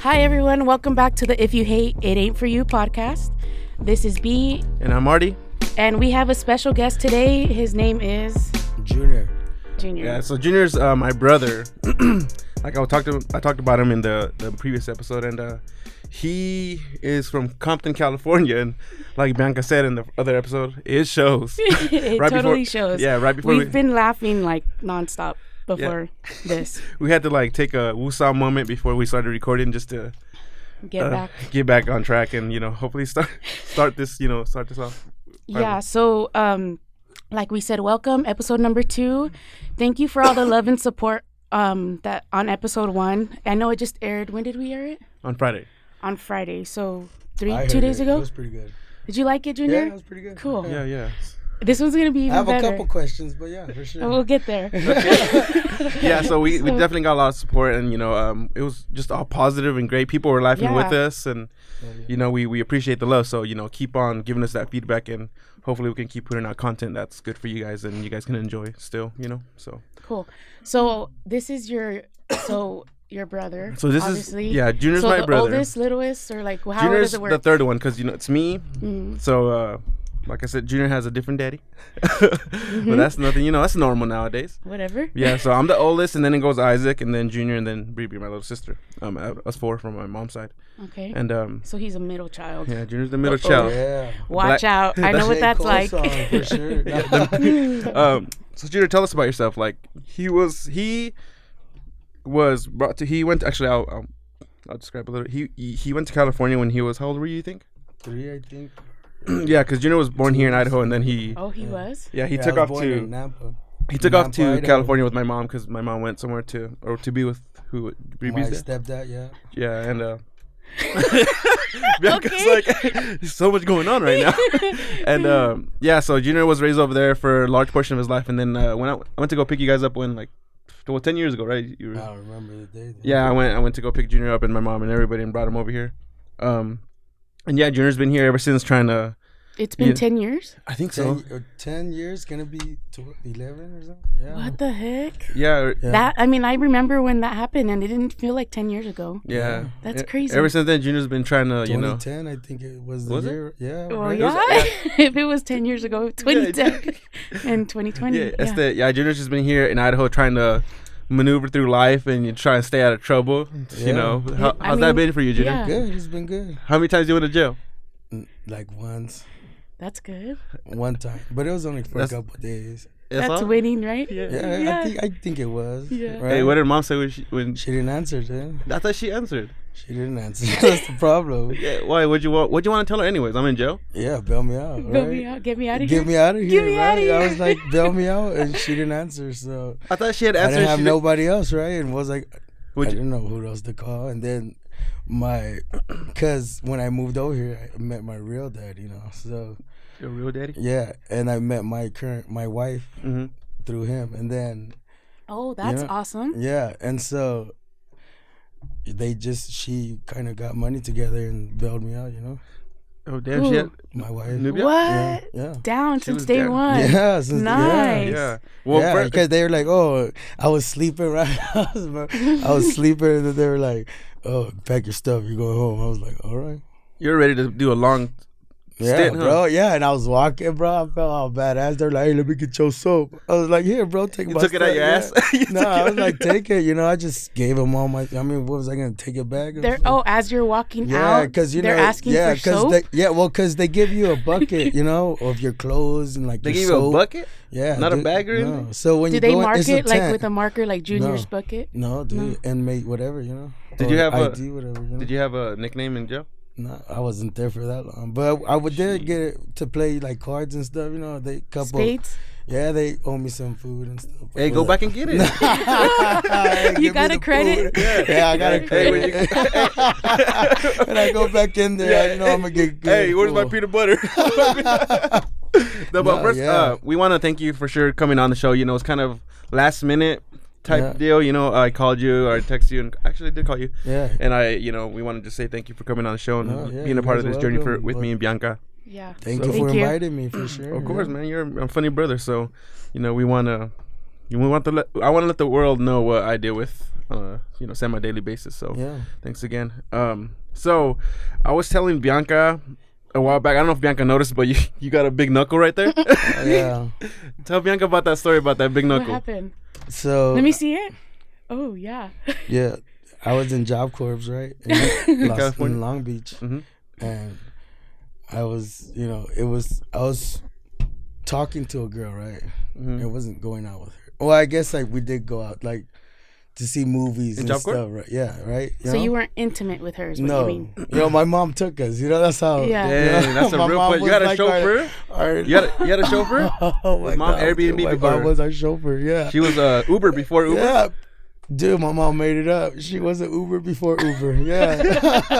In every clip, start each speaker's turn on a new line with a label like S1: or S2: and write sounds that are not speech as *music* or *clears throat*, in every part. S1: Hi, everyone. Welcome back to the If You Hate, It Ain't For You podcast. This is B,
S2: And I'm Marty.
S1: and we have a special guest today. His name is
S2: Junior.
S1: Junior.
S2: Yeah, so Junior's uh, my brother. *clears throat* like I talked, to, I talked about him in the, the previous episode, and uh, he is from Compton, California, and like Bianca said in the other episode, it
S1: *laughs*
S2: shows.
S1: *laughs* it
S2: Right
S1: totally
S2: before-
S1: shows.
S2: yeah, right before
S1: We've
S2: we-
S1: been laughing like nonstop before this.
S2: we had to like take a woosah moment before we started recording just to
S1: Get
S2: uh,
S1: back.
S2: get back on track, and you know, hopefully start start this, you know, start this off.
S1: Yeah. So, um, like we said, welcome episode number two. Thank you for all the love and support um, that on episode one. I know it just aired. When did we air it?
S2: on Friday.
S1: On Friday. So three,
S3: I
S1: two
S3: heard
S1: days
S3: it.
S1: ago.
S3: It was pretty good.
S1: Did you like it, Junior?
S3: Yeah, it was pretty good.
S1: Cool.
S2: Yeah, yeah,
S1: This one's gonna be even
S3: I have
S1: better.
S3: a couple questions, but yeah, for
S1: *laughs*
S3: sure.
S1: We'll get there.
S2: yeah. So
S1: *laughs*
S2: we, we definitely got a lot of support, and you know, um, it was just all positive and great. People were laughing with
S1: Yeah.
S2: us, and you know, we we appreciate the love. So you know, keep on giving us that feedback, and hopefully, we can keep putting out content that's good for you guys, and you guys can enjoy still. You know, so
S1: *laughs* cool. So this is your so your brother.
S2: so this
S1: obviously.
S2: is yeah, Junior's
S1: so
S2: my
S1: the
S2: brother.
S1: oldest, littlest, or like how
S2: Junior's
S1: does it work? Mm-hmm.
S2: the third one because you know it's me. So uh, like I said, Junior has a different daddy, *laughs* but
S1: Mm-hmm.
S2: that's nothing. You know, that's normal nowadays.
S1: Whatever.
S2: Yeah, so I'm the oldest, and then it goes Isaac, and then Junior, and then Bree, my little sister. Um, uh, us four from my mom's side,
S1: Okay.
S2: and um,
S1: so he's a middle child.
S2: yeah, Junior's the middle child.
S3: yeah.
S1: Watch
S2: Black-
S1: out!
S2: *laughs*
S1: I know what
S3: J.
S1: that's
S3: Cole
S1: like.
S3: song, for sure.
S2: um, so Junior, tell us about yourself. Like he was, he was brought to. He went actually. I'll, I'll, I'll describe a little. He he he went to California when he was how old were you? You think? *clears throat*
S3: Three, I think.
S2: yeah, because Junior was born here in Idaho, and then he
S1: *laughs* oh, he was.
S2: yeah he
S3: Yeah, I
S2: took
S3: was
S2: off
S3: born
S2: to
S3: in Nampa.
S2: he took off to
S3: Nampa, Idaho.
S2: California with my mom because my mom went somewhere to or to be with who
S3: My
S2: Bibi's dad.
S3: stepdad, yeah.
S2: Yeah, and
S1: *laughs*
S2: uh, *laughs* Bianca's like, there's *laughs* so much going on
S1: *laughs*
S2: right now. and um, yeah, so Junior was raised over there for a large portion of his life, and then uh, when I, I went to go pick you guys up when like, well, ten years ago, right? You
S3: I
S2: were,
S3: don't remember the day. Though.
S2: yeah, I went I went to go pick Junior up and my mom and everybody and brought him over here. Um, and yeah, Junior's been here ever since trying to.
S1: It's been
S2: Yeah.
S1: ten years.
S2: I think
S3: Ten,
S2: so.
S3: or 10 years, gonna be tw- 11 or something. Yeah.
S1: What the heck?
S2: Yeah. er, or-
S3: Yeah.
S1: That I mean, I remember when that happened, and it didn't feel like ten years ago.
S2: Yeah.
S1: That's
S2: E-
S1: crazy.
S2: Ever since then, Junior's been trying to, you know.
S3: 2010, I think it was the
S2: Was it?
S3: year. Yeah.
S1: Well,
S3: right?
S1: yeah. *laughs* if it was ten years ago, 2010 *laughs* and 2020.
S2: Yeah, that's the yeah. Junior's just been here in Idaho trying to maneuver through life and you try and stay out of trouble.
S3: Yeah.
S2: You know, How,
S1: I
S2: how's that
S1: mean,
S2: been for you, Junior?
S1: yeah.
S3: Good. It's been good.
S2: How many times you went to jail?
S3: N- Like once,
S1: That's good.
S3: one time, but it was only for
S2: That's-
S3: a couple days.
S1: That's
S2: all?
S1: winning, right?
S3: Yeah, I-
S1: Yeah.
S3: I think I think it was.
S1: Yeah.
S3: Right?
S2: Hey, what did mom say when she, when she,
S3: She didn't answer, then.
S2: I thought she answered?
S3: She didn't answer. *laughs* That's the problem.
S2: Yeah, why? What'd you want? What'd you want to tell her anyways? I'm in jail.
S3: Yeah, bail me out.
S1: Bail
S3: right?
S1: me out. Get me out of here.
S3: Get me out of here.
S1: Get me
S3: right?
S1: outta
S3: I
S1: here.
S3: was
S1: *laughs*
S3: like, bail me out, and she didn't answer. So
S2: I thought she had
S3: I
S2: answered.
S3: didn't have
S2: she
S3: nobody else, right? And was like,
S2: Would
S3: I
S2: you-
S3: didn't know who else to call. And then my, *clears throat* cause when I moved over here, I met my real dad, you know. So
S2: Your real daddy.
S3: yeah, and I met my current my wife
S2: hmm
S3: through him, and then
S1: Oh, that's
S3: Yeah.
S1: awesome.
S3: yeah, and so they just she kind of got money together and bailed me out, you know.
S2: Oh damn, she had
S1: Ooh.
S3: My wife.
S2: Nubia.
S1: What?
S3: Yeah.
S1: Down since
S2: was
S1: day
S2: down.
S1: one. *laughs*
S3: Yeah. Since,
S1: Nice.
S3: Yeah.
S2: Yeah. Well,
S3: yeah,
S2: fir-
S3: because they were like, "Oh, I was sleeping right." I was,
S1: *laughs*
S3: I was sleeping, and then they were like, "Oh, pack your stuff, you're going home." I was like, "All right."
S2: you're ready to do a long.
S3: Yeah,
S2: Stint, huh?
S3: bro. Yeah, and I was walking, bro. I felt all badass. They're like, "Hey, let me get your soap." I was like, "Here, bro, take
S2: You
S3: my
S2: took it out
S3: stuff."
S2: your
S3: Yeah.
S2: ass. *laughs* You
S3: no,
S2: took it
S3: I was
S2: out
S3: like,
S2: your-
S3: "Take it." You know, I just gave them all my. I mean, what was I gonna take it back? It
S1: They're
S3: was like-
S1: oh, as you're walking
S3: yeah,
S1: out,
S3: because you
S1: they're
S3: know,
S1: asking
S3: yeah,
S1: for soap.
S3: they, yeah, well, because they give you a bucket, you know, of your clothes and like
S2: They
S3: your
S2: gave you a
S3: soap.
S2: bucket.
S3: yeah,
S2: Not a
S3: dude,
S2: bag or
S3: no.
S2: anything?
S3: So when
S1: Do
S3: you
S1: they
S3: go in-
S1: mark
S3: it's a
S1: it like
S3: tent.
S1: with a marker, like Junior's
S3: No.
S1: bucket?
S3: No, dude, inmate, whatever, you know.
S2: Did you
S3: Or
S2: have a-
S3: ID, whatever? You know?
S2: Did you have a nickname in jail?
S3: No, I wasn't there for that long, but I, I would did get it to play like cards and stuff. You know, they couple.
S1: Spades.
S3: Yeah, they owe me some food and stuff.
S2: Hey, go back and get *laughs* it.
S3: *laughs* Hey,
S1: *laughs* You
S3: give
S1: got
S3: me
S1: a
S3: the
S1: credit?
S3: food. Yeah, I got a
S2: Hey, when
S3: credit.
S2: you- *laughs*
S3: *laughs* when I go back in there, you know, I'm gonna get good.
S2: Hey, where's my
S3: food.
S2: peanut
S3: *laughs*
S2: butter? *laughs* no, but
S3: No,
S2: first,
S3: yeah.
S2: uh, we want to thank you for sure coming on the show. You know, it's kind of last minute type
S3: Yeah.
S2: deal. You know, I called you or I texted you, and actually I did call you.
S3: Yeah.
S2: And I, you know, we want to just say thank you for coming on the show and
S3: No, yeah,
S2: being a
S3: you
S2: part of
S3: guys
S2: this
S3: are
S2: journey for
S3: welcome,
S2: with me
S3: but-
S2: and Bianca.
S1: Yeah.
S3: Thank
S2: So-
S3: you for
S1: Thank you.
S3: inviting me for sure.
S2: Of course, man, you're a funny brother. So, you know, we want to, we want to let, I want to let the world know what I deal with on a you know semi daily basis. So
S3: Yeah.
S2: thanks again. Um, so I was telling Bianca a while back. I don't know if Bianca noticed, but *laughs* you you got a big knuckle right
S3: *laughs*
S2: there.
S3: Yeah.
S2: Tell Bianca about that story about that big
S1: What
S2: knuckle.
S1: happened?
S3: So
S1: Let me see it. Oh yeah. *laughs*
S3: Yeah, I was in Job Corps, right? In, Los-
S2: California?
S3: in Long Beach,
S2: Mhm.
S3: and I was, you know, it was I was talking to a girl, right?
S2: Mhm.
S3: It wasn't going out with her. Well, I guess like we did go out, like to see movies
S2: In
S3: and
S2: Job Corps?
S3: stuff, right? Yeah, right.
S1: So you weren't intimate with her, is what
S3: No,
S1: you
S3: you, *laughs*
S1: mean?
S3: know, my mom took us. You know, that's how.
S1: Yeah.
S3: you know,
S2: Dang,
S3: *laughs*
S2: that's a
S3: my
S2: real
S3: mom
S2: place. You
S3: was
S2: had a
S3: like our-
S2: chauffeur.
S3: our-
S2: You had
S3: *laughs*
S2: a, you had a chauffeur.
S3: Oh my
S2: mom
S3: God,
S2: Airbnb
S3: My
S2: before?
S3: mom was our chauffeur. Yeah.
S2: She was uh, Uber before Uber.
S3: Yeah. Dude, my mom made it up. She was an Uber before Uber.
S2: *laughs*
S3: Yeah. *laughs*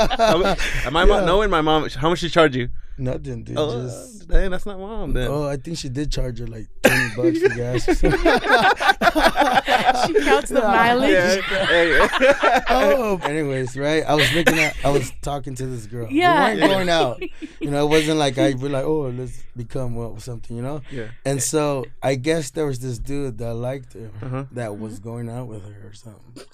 S2: Am I
S3: Yeah. Uh,
S2: knowing my mom? How much she charge you?
S3: Nothing, dude.
S2: Oh,
S3: just
S2: dang, that's not mom. Then
S3: oh, I think she did charge her like twenty bucks for gas. or something.
S2: *laughs*
S1: she counts the
S3: *laughs* *laughs* Yeah.
S1: mileage.
S2: Yeah, *laughs* hey.
S3: *laughs* oh, anyways, right? I was looking at, I was talking to this girl.
S1: Yeah.
S3: we weren't
S2: *laughs*
S3: going out. You know, it wasn't like I'd be like, oh, let's become well, something. You know.
S2: Yeah.
S3: And so I guess there was this dude that liked her,
S2: Uh-huh.
S3: that was going out with her or something.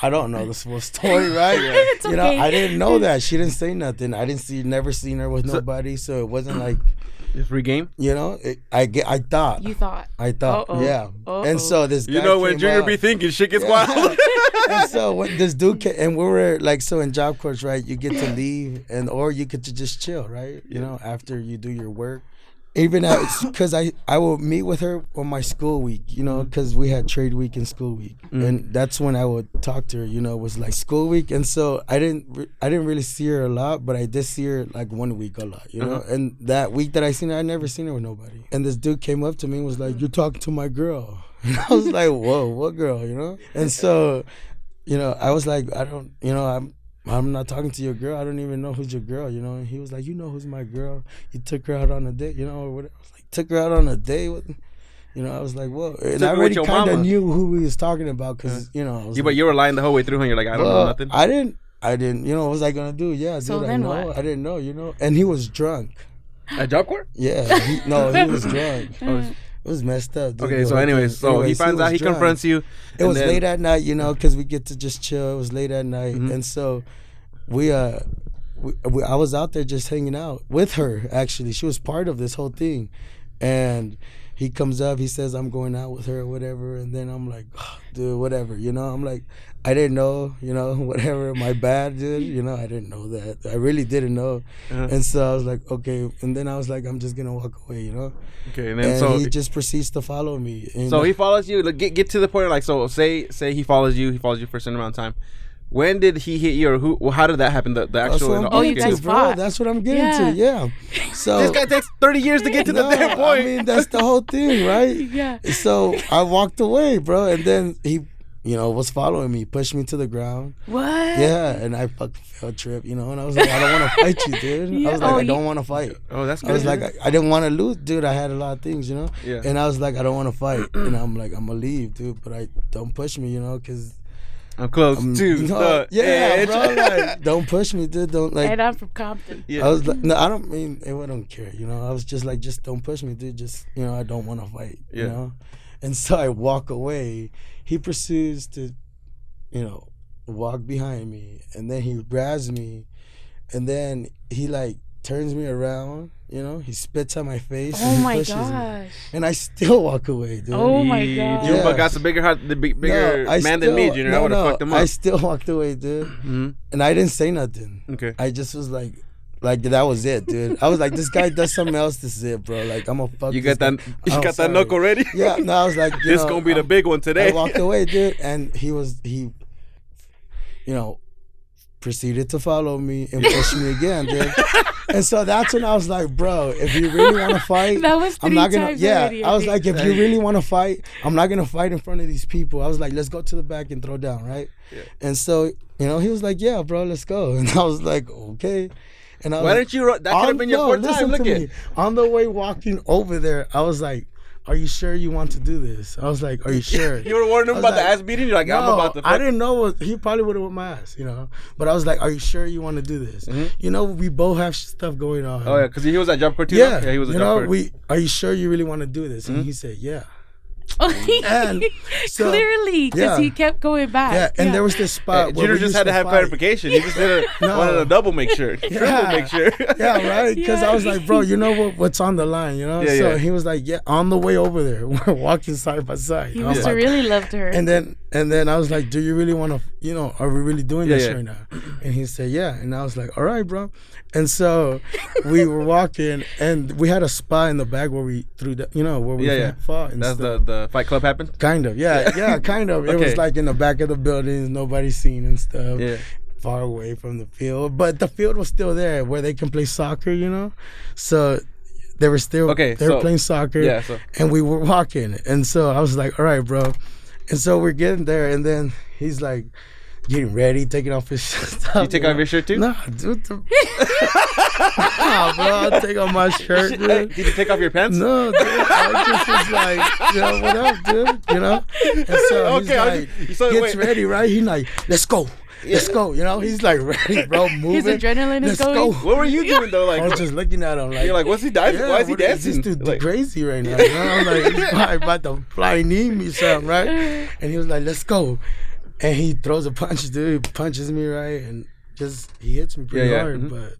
S3: I don't know this
S2: *laughs*
S3: full story, right?
S1: It's
S3: You know,
S1: okay.
S3: I didn't know that. She didn't say nothing. I didn't see, never seen her with nobody, so it wasn't like,
S2: It's free game.
S3: you know, it, I get, I thought,
S1: You thought.
S3: I thought,
S1: Uh-oh.
S3: yeah.
S1: Uh-oh.
S3: And so this,
S2: You
S3: guy
S2: know when
S3: came
S2: Junior
S3: out.
S2: be thinking shit gets
S3: Yeah. *laughs*
S2: wild.
S3: and so when this dude came, and we were like, so in job course, right? You get to leave, and or you could ju- just chill, right? You know, after you do your work. Even because I I would meet with her on my school week, you know, because we had trade week and school week, and that's when I would talk to her. You know, was like school week, and so I didn't re- I didn't really see her a lot, but I did see her like one week a lot, you know. And that week that I seen her, I never seen her with nobody. And this dude came up to me and was like, "You're talking to my girl," *laughs* and I was like, "Whoa, what girl?" You know. And so you know, I was like, I don't, you know, I'm, I'm not talking to your girl. I don't even know who's your girl, you know. And he was like, you know who's my girl? You took her out on a date, you know, or whatever. I was like, took her out on a date, with, you know. I was like, whoa. And
S2: Took
S3: I
S2: her with
S3: already
S2: your
S3: kind of
S2: mama.
S3: knew who he was talking about because, you know, I was
S2: Yeah, but
S3: like,
S2: you were lying the whole way through, and you're like, I don't know
S3: well,
S2: nothing.
S3: I didn't, I didn't, you know, what was I gonna do? Yeah,
S1: So
S3: dude, I
S1: then
S3: know,
S1: what?
S3: I didn't know, you know. And he was drunk.
S2: At Job Corps?
S3: Yeah, he, no, he
S1: *laughs*
S3: was drunk.
S2: Oh, it's-
S3: It was messed up. dude.
S2: okay, so
S3: But
S2: anyways, so he finds
S3: was
S2: out, he
S3: drunk.
S2: confronts you.
S3: It
S2: and
S3: was
S2: then- Mm-hmm.
S3: late at night, you know, because we get to just chill. It was late at night, and so we uh, we, we, I was out there just hanging out with her. Actually, she was part of this whole thing, and he comes up, he says, "I'm going out with her, or whatever," and then I'm like, "Dude, whatever," you know. I'm like, I didn't know, you know, *laughs* whatever. My bad, dude. You know, I didn't know that. I really didn't know,
S2: Uh-huh.
S3: and so I was like, okay, and then I was like, I'm just gonna walk away, you know.
S2: Okay, and
S3: And,
S2: then so
S3: he just proceeds to follow me. And
S2: so he follows you. Like, get get to the point. Like, so say say he follows you. He follows you for a certain amount of time. When did he hit you, or who? Well, how did that happen? The, the
S3: That's
S2: actual.
S3: what
S2: the
S3: I'm
S1: Oh, you
S2: altercation?
S3: getting
S1: guys
S3: to, bro.
S1: fought.
S3: That's what I'm getting to. Yeah. So
S2: this guy takes thirty years to get to
S3: No,
S2: the damn
S3: I
S2: point.
S3: mean, that's the whole thing, right?
S1: Yeah.
S3: So I walked away, bro, and then he, you know, was following me, pushed me to the ground.
S1: What?
S3: Yeah, and I fucking fell trip, you know, and I was like, I don't want to fight you, dude.
S1: Yeah.
S3: I was like,
S1: Oh,
S3: I
S1: you-
S3: don't want to fight.
S2: oh, that's good.
S3: I was like, eh, I, I didn't want to lose, dude. I had a lot of things, you know.
S2: Yeah.
S3: And I was like, I don't want to fight, and I'm like, I'm gonna leave, dude. But I don't push me, you know, because
S2: I'm close to the
S3: yeah,
S2: edge.
S3: bro, like, don't push me, dude. Don't like
S1: And I'm from Compton.
S2: *laughs* Yeah.
S3: I was like, no, I don't mean, it, I don't care, you know. I was just like, just don't push me, dude. Just, you know, I don't want to fight,
S2: Yeah.
S3: you know. And so I walk away. He pursues to, you know, walk behind me, and then he grabs me, and then he like turns me around, you know. He spits on my face.
S1: Oh
S3: and he
S1: my
S3: pushes Me.
S1: gosh.
S3: And I still walk away, dude.
S1: Oh my
S2: Ye-
S1: God.
S2: You
S3: Yeah.
S2: but got some bigger heart, the big, bigger man than me,
S3: still-
S2: Junior. I
S3: no,
S2: would have
S3: no,
S2: fucked him
S3: I
S2: up.
S3: still walked away, dude.
S2: Mhm.
S3: And I didn't say nothing.
S2: Okay.
S3: I just was like, like that was it, dude. I was like, this guy does something else. This is it, bro. Like I'm a fuck.
S2: You got
S3: this
S2: that?
S3: guy.
S2: You
S3: I'm
S2: got
S3: sorry.
S2: that knuckle ready?
S3: Yeah. No, I was like, you
S2: This
S3: know,
S2: gonna be the
S3: I'm-
S2: big one today.
S3: I walked away, dude, and he was he, you know, proceeded to follow me and push me
S2: *laughs*
S3: again, dude. And so that's when I was like, bro, if you really want to fight,
S1: That was
S3: I'm
S1: three
S3: not gonna.
S1: times
S3: yeah,
S1: already, I
S3: I was
S1: think.
S3: like, if you really want to fight, I'm not gonna fight in front of these people. I was like, let's go to the back and throw down, right? And so you know, he was like, yeah, bro, let's go. *laughs* And I was like, okay. And I was
S2: *laughs* Why didn't you? ro- That could have
S3: on-
S2: been your
S3: no,
S2: fourth
S3: listen
S2: time. Look
S3: to
S2: at.
S3: me. On the way walking over there, I was like, "Are you sure you want to do this?" I was like, "Are you sure?"
S2: *laughs* You were warning him
S3: I was
S2: about the
S3: like,
S2: ass beating. You're like,
S3: No,
S2: I'm about to.
S3: I
S2: Fuck.
S3: didn't know what he probably would have with my ass, you know. But I was like, "Are you sure you want to do this?"
S2: Mm-hmm.
S3: You know, we both have stuff going on.
S2: Oh yeah, because Oh, he was at Job Corps too.
S3: yeah.
S2: no? yeah, he was at
S3: you
S2: Job
S3: know,
S2: Corps. Mm-hmm.
S3: we. Are you sure you really want to do this? And he said, "Yeah."
S1: *laughs*
S3: And so-
S1: Clearly, because
S3: yeah.
S1: he kept going back.
S3: Yeah, and there was this spot. uh, where
S2: Jeter
S3: we
S2: Eh, just
S3: used
S2: had to have
S3: fight.
S2: clarification. You just did a,
S3: *laughs* No.
S2: wanted a double make
S3: *laughs*
S2: sure, triple *laughs* make sure.
S3: Yeah, right. Because I was
S1: Yeah.
S3: like, bro, you know what, what's on the line, you know?
S2: Yeah,
S3: so
S2: yeah.
S3: he was like, yeah, on the way over there, *laughs* we're walking side by side.
S1: he
S3: I'm
S1: must
S3: like,
S1: have really loved her.
S3: Oh, and then and then I was like, do you really want to, you know, are we really doing
S2: Yeah,
S3: this
S2: yeah.
S3: right now? And he said, yeah. And I was like, all right, bro. And so we were walking, and we had a spot in the back where we threw, the, you know, where we
S2: Yeah, yeah.
S3: fought and
S2: That's
S3: stuff.
S2: the the Fight Club happened.
S3: Kind of, yeah, yeah, kind
S2: *laughs*
S3: of. It
S2: Okay.
S3: was like in the back of the buildings, nobody seen and stuff.
S2: Yeah.
S3: Far away from the field, but the field was still there where they can play soccer, you know. So they were still
S2: Okay,
S3: They were
S2: so-
S3: playing soccer,
S2: yeah, so-
S3: and we were walking, and so I was like, "All right, bro." And so we're getting there, and then he's like getting ready, taking off his *laughs* stuff.
S2: You take off your shirt too.
S3: Nah, dude. the- *laughs* nah, bro, I'll take off my shirt,
S2: Hey,
S3: dude.
S2: did you take off your pants?
S3: No, dude. I just was like, you know, what up, dude? You know? And so he's
S2: Okay, I
S3: like,
S2: just- so
S3: gets
S2: wait.
S3: ready, right? He's like, let's go. Let's go. You know, he's like ready, bro, moving.
S1: adrenaline is
S3: let's
S1: going.
S3: Go.
S2: What were you doing though?
S3: I was
S2: Like,
S3: just looking at him like,
S2: you're like, what's he dancing?
S3: yeah,
S2: Why is he
S3: what is
S2: dancing?
S3: This dude
S2: Like,
S3: crazy right
S2: *laughs*
S3: now. You know? I'm like, he's probably about to fly knee me
S2: *laughs*
S3: something, right? And he was like, let's go. And he throws a punch, dude. He punches me, right? And just, he hits me pretty
S2: Yeah, yeah.
S3: hard,
S2: Mhm.
S3: but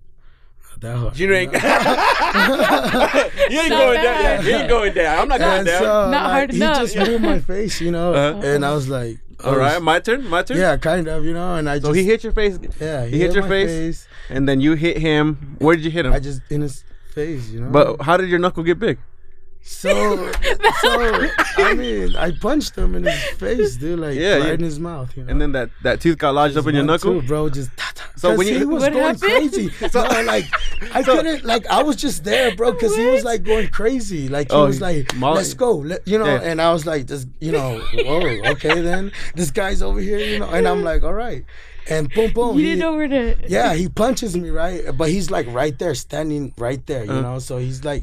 S3: not that hard.
S2: Junior
S3: *laughs*
S2: ain't. *laughs* you ain't
S1: So
S2: going down.
S1: bad.
S2: You ain't going down. I'm not going
S3: And
S2: down.
S3: so,
S1: Not
S3: like,
S1: hard
S3: he
S1: enough.
S3: just moved my face, you know,
S2: Uh-huh.
S3: and I was like, I
S2: All
S3: was-
S2: right, my turn. My turn.
S3: yeah, kind of, you know, and I
S2: So
S3: just,
S2: he hit your face.
S3: yeah,
S2: He hit your
S3: my
S2: face? And then you hit him. Where did you hit him?
S3: I just in his face, you know.
S2: but how did your knuckle get big?
S1: *laughs*
S3: so, so I mean, I punched him in his face, dude, like
S2: Yeah,
S3: right
S2: yeah.
S3: in his mouth, you know.
S2: And then that, that tooth got lodged up in your
S3: One,
S2: knuckle.
S3: two, bro. Just
S2: So
S3: so
S2: when
S3: when
S2: you-
S3: he was
S1: What
S3: going
S1: happened?
S2: *laughs*
S3: crazy, so like I couldn't, like I was just there, bro, because he was like going crazy, like he
S2: Oh,
S3: was like,
S2: Molly-
S3: "Let's go," let, you know,
S2: Yeah.
S3: and I was like, "This," you know, whoa, okay, then this guy's over here, you know, and I'm like, "All right," and boom, boom,
S1: you
S3: he-
S1: didn't know where to. *laughs*
S3: yeah, he punches me right, but he's like right there, standing right there, you
S2: Uh-huh.
S3: know. So he's like,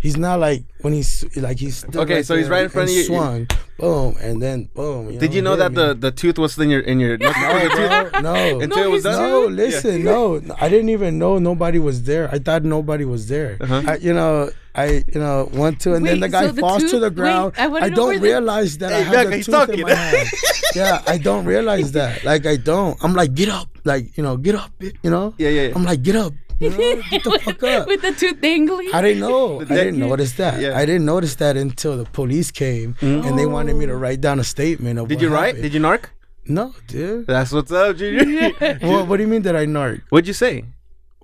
S3: he's not like when he's like he's stood
S2: Okay, so he's
S3: there
S2: right in
S3: and
S2: front of you.
S3: Swung, boom, and then boom.
S2: Did you know that
S3: hit me.
S2: the, the tooth was in your in your *laughs* knuckle?
S3: No, bro, no,
S2: Until it was
S1: he's
S2: done?
S1: not.
S3: no, listen, no, I didn't even know nobody was there. I thought nobody was there.
S2: Uh-huh.
S3: I, you know, I, you know, one, two, and then
S1: Wait,
S3: the guy
S1: so the
S3: falls to
S1: tooth-
S3: the ground.
S1: wait, I wanna
S3: I
S1: know where
S3: don't
S1: the-
S3: realize that I
S2: Hey,
S3: have
S2: Becca,
S3: the
S2: he's
S3: tooth
S2: talking.
S3: in my
S2: *laughs*
S3: hand. yeah, I don't realize that. Like, I don't. I'm like, get up, like, you know, get up, bi- you know.
S2: Yeah, yeah, yeah.
S3: I'm like, get
S1: *laughs*
S3: up, you know, get the fuck up.
S1: With the tooth dangling.
S3: I didn't know. I
S2: deck-
S3: didn't notice that.
S2: Yeah.
S3: I didn't notice that until the police came and they wanted me to
S1: Oh.
S3: write down a statement of
S2: Did
S3: what
S2: you write?
S3: happened.
S2: Did you narc?
S3: No, dude.
S2: That's what's up, *laughs* Junior.
S3: Well, what do you mean that I narc?
S2: What'd you say?